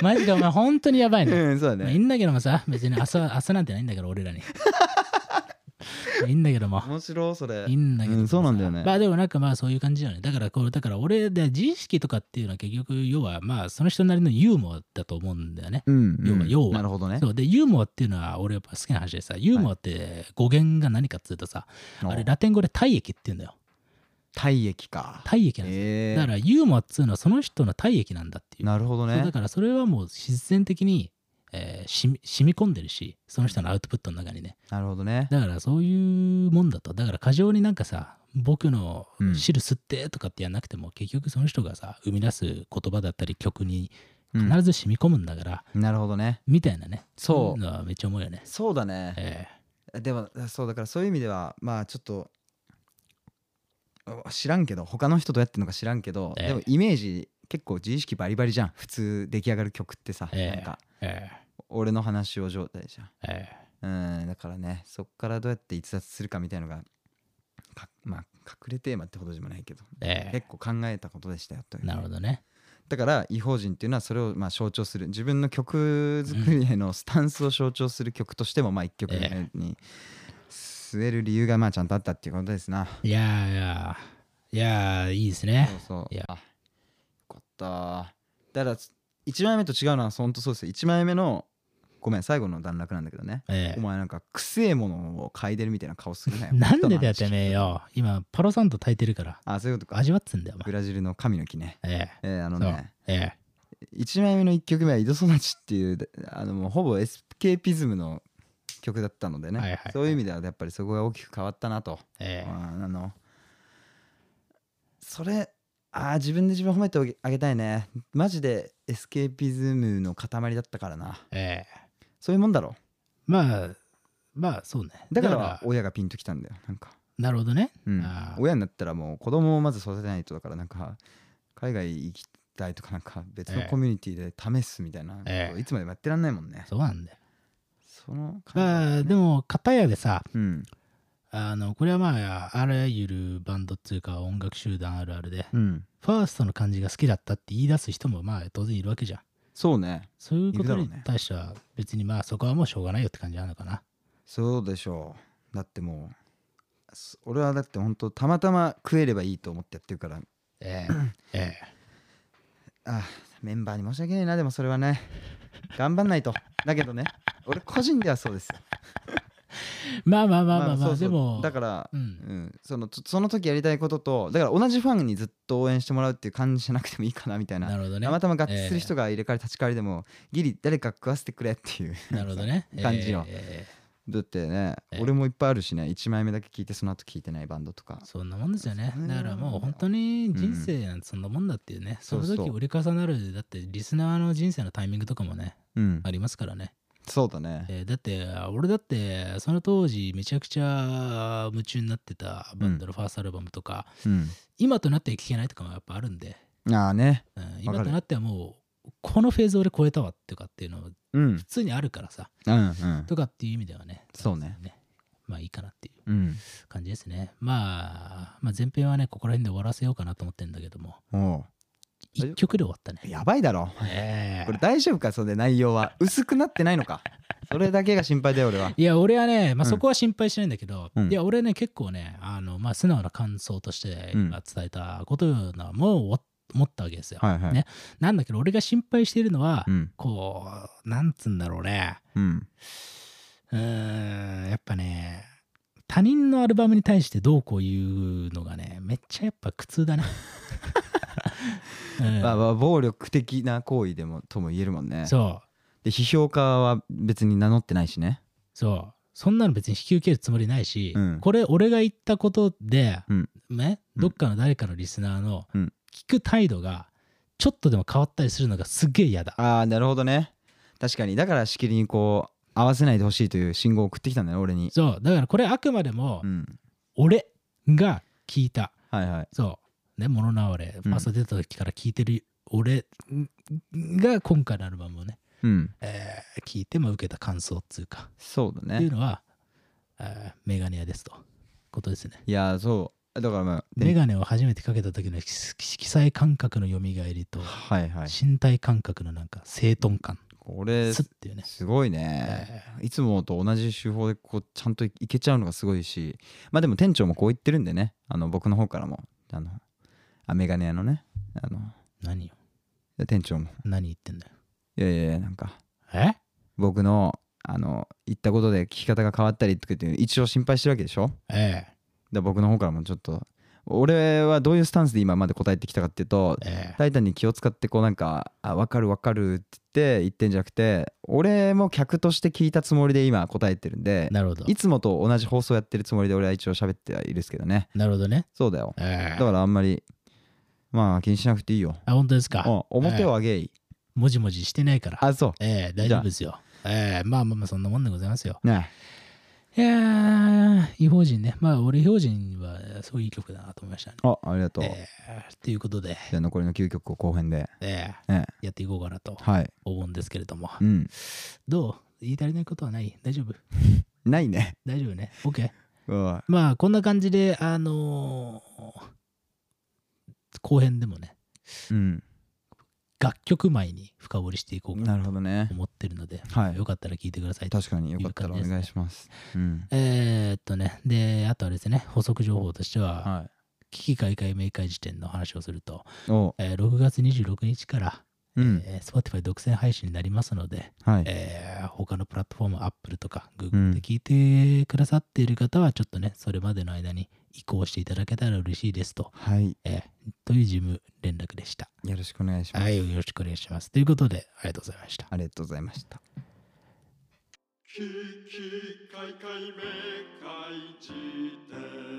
[SPEAKER 2] マジでお前本当にやばいね
[SPEAKER 3] うんそうだ
[SPEAKER 2] まあ、いい
[SPEAKER 3] ね
[SPEAKER 2] んだけどもさ、別に朝朝なんてないんだから、俺ら に。いいんだけども。
[SPEAKER 3] 面白いそれ
[SPEAKER 2] いいんだけどもさ、
[SPEAKER 3] うんそうなんだよね
[SPEAKER 2] まあでもなんかまあそういう感じだよね。だからこう、だから俺で自意識とかっていうのは結局、要はまあその人なりのユーモアだと思うんだよね。
[SPEAKER 3] うん
[SPEAKER 2] 要は
[SPEAKER 3] うん
[SPEAKER 2] 要は
[SPEAKER 3] なるほどね
[SPEAKER 2] そうで、ユーモアっていうのは俺やっぱ好きな話でさ、ユーモアって語源が何かっていうとさ、あれラテン語で体液って言うんだよ。
[SPEAKER 3] 体液か
[SPEAKER 2] 体液なんですよ。
[SPEAKER 3] え
[SPEAKER 2] だからユーモアっていうのはその人の体液なんだっていう。
[SPEAKER 3] なるほど
[SPEAKER 2] そうだ
[SPEAKER 3] ね
[SPEAKER 2] からそれはもう自然的に、えーしみ染み込んでるし、その人のアウトプットの中にね。
[SPEAKER 3] なるほどね
[SPEAKER 2] だからそういうもんだとだから過剰になんかさ僕の
[SPEAKER 3] うん
[SPEAKER 2] 汁吸ってとかってやんなくても、結局その人がさ生み出す言葉だったり曲に
[SPEAKER 3] うん
[SPEAKER 2] 必ず染み込むんだから、
[SPEAKER 3] なるほどね
[SPEAKER 2] みたいなね
[SPEAKER 3] そう
[SPEAKER 2] いのはめっちゃ思うよね
[SPEAKER 3] そうだね
[SPEAKER 2] え
[SPEAKER 3] でもそうだからそういう意味ではまあちょっとあ知らんけど他の人どうやってんのか知らんけど
[SPEAKER 2] ええ
[SPEAKER 3] でもイメージ結構自意識バリバリじゃん普通出来上がる曲ってさ
[SPEAKER 2] ええ
[SPEAKER 3] なんか
[SPEAKER 2] ええ
[SPEAKER 3] 俺の話を状態じゃん
[SPEAKER 2] ええ
[SPEAKER 3] うんだからねそこからどうやって逸脱するかみたいのがかまあ隠れテーマってほどでもないけど
[SPEAKER 2] ええ
[SPEAKER 3] 結構考えたことでしたよという
[SPEAKER 2] なるほどね
[SPEAKER 3] だから異邦人っていうのはそれをまあ象徴する自分の曲作りへのスタンスを象徴する曲としてもまあ一曲目
[SPEAKER 2] え
[SPEAKER 3] に据える理由がまあちゃんとあったっていうことですな。
[SPEAKER 2] いやーいやーいやーいいですね
[SPEAKER 3] そうそう
[SPEAKER 2] いや
[SPEAKER 3] あよかっただから1枚目と違うのは本当そうですよ1枚目のごめん最後の段落なんだけどね
[SPEAKER 2] え
[SPEAKER 3] お
[SPEAKER 2] え
[SPEAKER 3] 前なんかくせえものを嗅いでるみたいな顔す るなよ
[SPEAKER 2] なんでだよ
[SPEAKER 3] よ
[SPEAKER 2] てめえよ今パロサンド炊いてるから
[SPEAKER 3] あそういうことか
[SPEAKER 2] 味わってんだよお
[SPEAKER 3] ブ
[SPEAKER 2] 前
[SPEAKER 3] ラジルの神の木ね
[SPEAKER 2] え
[SPEAKER 3] えーあ
[SPEAKER 2] え
[SPEAKER 3] の
[SPEAKER 2] そう
[SPEAKER 3] ね
[SPEAKER 2] ええ
[SPEAKER 3] 1枚目の1曲目は「井戸育ち」っていうあのもうほぼエスケーピズムの曲だったのでね、
[SPEAKER 2] はいはいはい
[SPEAKER 3] そういう意味ではやっぱりそこが大きく変わったなと、
[SPEAKER 2] ええ
[SPEAKER 3] うんあのそれあー自分で自分を褒めておげあげたいねマジでエスケーピズムの塊だったからな
[SPEAKER 2] ええ
[SPEAKER 3] そういうもんだろ
[SPEAKER 2] まあまあそうね
[SPEAKER 3] だから親がピンときたんだよなんか、
[SPEAKER 2] なるほどね
[SPEAKER 3] うん
[SPEAKER 2] あー
[SPEAKER 3] 親になったらもう子供をまず育てないとだからなんか海外行きたいとかなんか別の
[SPEAKER 2] ええ
[SPEAKER 3] コミュニティで試すみたいなこと
[SPEAKER 2] ええ
[SPEAKER 3] いつまでもやってらんないもんね、
[SPEAKER 2] そうなんだよ。
[SPEAKER 3] その
[SPEAKER 2] まあ、でも、片やでさ、
[SPEAKER 3] うん
[SPEAKER 2] あの、これはまあ、あらゆるバンドっていうか、音楽集団あるあるで、
[SPEAKER 3] うん
[SPEAKER 2] ファーストの感じが好きだったって言い出す人も、まあ、当然いるわけじゃん。
[SPEAKER 3] そうね
[SPEAKER 2] そういうこ
[SPEAKER 3] いるだ
[SPEAKER 2] と
[SPEAKER 3] ろう
[SPEAKER 2] に
[SPEAKER 3] ね
[SPEAKER 2] 対しては、別にまあ、そこはもうしょうがないよって感じなのかな。
[SPEAKER 3] そうでしょうだってもうす俺はだってほんとたまたま食えればいいと思ってやってるから
[SPEAKER 2] え え、え
[SPEAKER 3] あメンバーに申し訳ないなでもそれはね頑張んないとだけどね俺個人ではそうですよ
[SPEAKER 2] え。まあまあ まあまあま
[SPEAKER 3] そ
[SPEAKER 2] あ、
[SPEAKER 3] うそ
[SPEAKER 2] で
[SPEAKER 3] う
[SPEAKER 2] も、
[SPEAKER 3] だから
[SPEAKER 2] う、
[SPEAKER 3] うんん、そのその時やりたいこととだから同じファンにずっと応援してもらうっていう感じじゃなくてもいいかなみたいな
[SPEAKER 2] なるほどね
[SPEAKER 3] た。またま合致する人が入れ替わり立ち替わりでも、ギリ誰か食わせてくれっていう。
[SPEAKER 2] なるほどね
[SPEAKER 3] 感じよ
[SPEAKER 2] えええ
[SPEAKER 3] だってね、
[SPEAKER 2] ええ
[SPEAKER 3] 俺もいっぱいあるしね1枚目だけ聞いてその後聞いてないバンドとか
[SPEAKER 2] えそんなもんですよね
[SPEAKER 3] そう。ね
[SPEAKER 2] だからもう本当に人生なんてそんなもんだっていうね。その
[SPEAKER 3] そう
[SPEAKER 2] 時
[SPEAKER 3] そう
[SPEAKER 2] 折り重なる、だってリスナーの人生のタイミングとかもね、
[SPEAKER 3] うん
[SPEAKER 2] ありますからね。
[SPEAKER 3] そうだね
[SPEAKER 2] えーだって俺だってその当時めちゃくちゃ夢中になってたバンドのファーストアルバムとか、
[SPEAKER 3] うん
[SPEAKER 2] 今となっては聴けないとかもやっぱあるんで、
[SPEAKER 3] ああね
[SPEAKER 2] うん、
[SPEAKER 3] わ
[SPEAKER 2] 今
[SPEAKER 3] かる
[SPEAKER 2] となってはもうこのフェーズ俺超えたわっていうかっていうの普
[SPEAKER 3] うん
[SPEAKER 2] 通にあるからさ、
[SPEAKER 3] うんうん
[SPEAKER 2] とかっていう意味ではね
[SPEAKER 3] そうね
[SPEAKER 2] まあいいかなっていう
[SPEAKER 3] うん
[SPEAKER 2] 感じですね、まあ、まあ前編はねここら辺で終わらせようかなと思ってんだけども
[SPEAKER 3] お大丈夫
[SPEAKER 2] 1曲で終わったね
[SPEAKER 3] うやばいだろ
[SPEAKER 2] ええ
[SPEAKER 3] これ大丈夫かそれ内容 は薄くなってないのかそれだけが心配だよ俺はい
[SPEAKER 2] や俺はね、まあ、
[SPEAKER 3] うん
[SPEAKER 2] そこは心配しないんだけど、
[SPEAKER 3] うん
[SPEAKER 2] いや俺ね結構ねあの、まあ、素直な感想として
[SPEAKER 3] うん
[SPEAKER 2] 今伝えたことなもうお思ったわけですよ、
[SPEAKER 3] はいはい
[SPEAKER 2] ねなんだけど俺が心配しているのは、
[SPEAKER 3] うん
[SPEAKER 2] こうなんつうんだろうね
[SPEAKER 3] うん
[SPEAKER 2] うーんやっぱね他人のアルバムに対してどうこう言うのがねめっちゃやっぱ苦痛 だね、うん
[SPEAKER 3] まあまあ暴力的な行為でもとも言えるもんね
[SPEAKER 2] そう
[SPEAKER 3] で批評家は別に名乗ってないしね
[SPEAKER 2] そうそんなの別に引き受けるつもりないし、
[SPEAKER 3] うん
[SPEAKER 2] これ俺が言ったことで、
[SPEAKER 3] うん
[SPEAKER 2] ね、
[SPEAKER 3] うん
[SPEAKER 2] どっかの誰かのリスナーの
[SPEAKER 3] うん
[SPEAKER 2] 聞く態度がちょっとでも変わったりするのがすっげえ嫌だ。
[SPEAKER 3] ああなるほどね確かにだからしきりにこう合わせないでほしいという信号を送ってきたんだね俺に
[SPEAKER 2] そうだからこれあくまでも
[SPEAKER 3] うん
[SPEAKER 2] 俺が聞いた、
[SPEAKER 3] はいはい
[SPEAKER 2] そうね「モノナワレ」ファースト出た時から聞いてる俺が今回のアルバムをね、
[SPEAKER 3] うん
[SPEAKER 2] えー聞いても受けた感想っつうか
[SPEAKER 3] そうだ
[SPEAKER 2] っていう
[SPEAKER 3] ね
[SPEAKER 2] のは、えーメガネ屋ですとことですね。
[SPEAKER 3] いやーそうだからまあ
[SPEAKER 2] メガネを初めてかけた時の色彩感覚のよみがえりと
[SPEAKER 3] はいはい
[SPEAKER 2] 身体感覚のなんか整頓感
[SPEAKER 3] これ
[SPEAKER 2] スッっていうね
[SPEAKER 3] すごいね
[SPEAKER 2] え
[SPEAKER 3] いつもと同じ手法でこうちゃんといけちゃうのがすごいしまあでも店長もこう言ってるんでねあの僕の方からもあのあメガネ屋のねあの
[SPEAKER 2] ー何よ
[SPEAKER 3] 店長も
[SPEAKER 2] 何言ってんだよ
[SPEAKER 3] いやいやいやなんか
[SPEAKER 2] え
[SPEAKER 3] 僕のあの言ったことで聞き方が変わったりとかっていう一応心配してるわけでしょ
[SPEAKER 2] え
[SPEAKER 3] で僕の方からもちょっと俺はどういうスタンスで今まで答えてきたかっていうと
[SPEAKER 2] えええ
[SPEAKER 3] タイタンに気を使ってこうなんか「あ分かる分かる」って言って言ってんじゃなくて俺も客として聞いたつもりで今答えてるんで
[SPEAKER 2] なるほど
[SPEAKER 3] いつもと同じ放送やってるつもりで俺は一応喋ってはいるんですけどね
[SPEAKER 2] なるほどね
[SPEAKER 3] そうだよ
[SPEAKER 2] え
[SPEAKER 3] だ
[SPEAKER 2] え
[SPEAKER 3] からあんまりまあ気にしなくていいよ
[SPEAKER 2] あ本当ですか
[SPEAKER 3] うん表を上げい
[SPEAKER 2] もじもじしてないから
[SPEAKER 3] あそう
[SPEAKER 2] ええ大丈夫ですよええまあまあまあそんなもんでございますよ
[SPEAKER 3] ね
[SPEAKER 2] いやー違法人ねまあ俺違法人はすごいいい曲だなと思いましたね
[SPEAKER 3] あありがとう
[SPEAKER 2] ええということで、
[SPEAKER 3] じゃあ残りの9曲を後編で
[SPEAKER 2] ええ
[SPEAKER 3] ね
[SPEAKER 2] やっていこうかなと
[SPEAKER 3] はい
[SPEAKER 2] 思うんですけれども
[SPEAKER 3] うん
[SPEAKER 2] どう言い足りないことはない大丈夫
[SPEAKER 3] ないね
[SPEAKER 2] 大丈夫ね OK
[SPEAKER 3] うん
[SPEAKER 2] まあこんな感じであのー後編でもね
[SPEAKER 3] うん
[SPEAKER 2] 楽曲前に深掘りしていこうか
[SPEAKER 3] なるほどね
[SPEAKER 2] と思ってるので、
[SPEAKER 3] はい
[SPEAKER 2] よかったら聞いてください
[SPEAKER 3] 確かによかったらお願いしますうん
[SPEAKER 2] えー、っとねであとはですね補足情報としては、
[SPEAKER 3] は
[SPEAKER 2] 危機開会明快時点の話をすると、
[SPEAKER 3] いお
[SPEAKER 2] えー6月26日から、
[SPEAKER 3] うん
[SPEAKER 2] えー Spotify 独占配信になりますので、
[SPEAKER 3] はい
[SPEAKER 2] えー他のプラットフォーム Apple とか Google で聞いてくださっている方はちょっとねそれまでの間に移行していただけたら嬉しいですと
[SPEAKER 3] はい
[SPEAKER 2] えーという事務連絡でした。
[SPEAKER 3] よろしくお願いします
[SPEAKER 2] はい、よろしくお願いします。ということで、ありがとうございました。
[SPEAKER 3] ありがとうございました
[SPEAKER 1] ききかいかいめかいじ典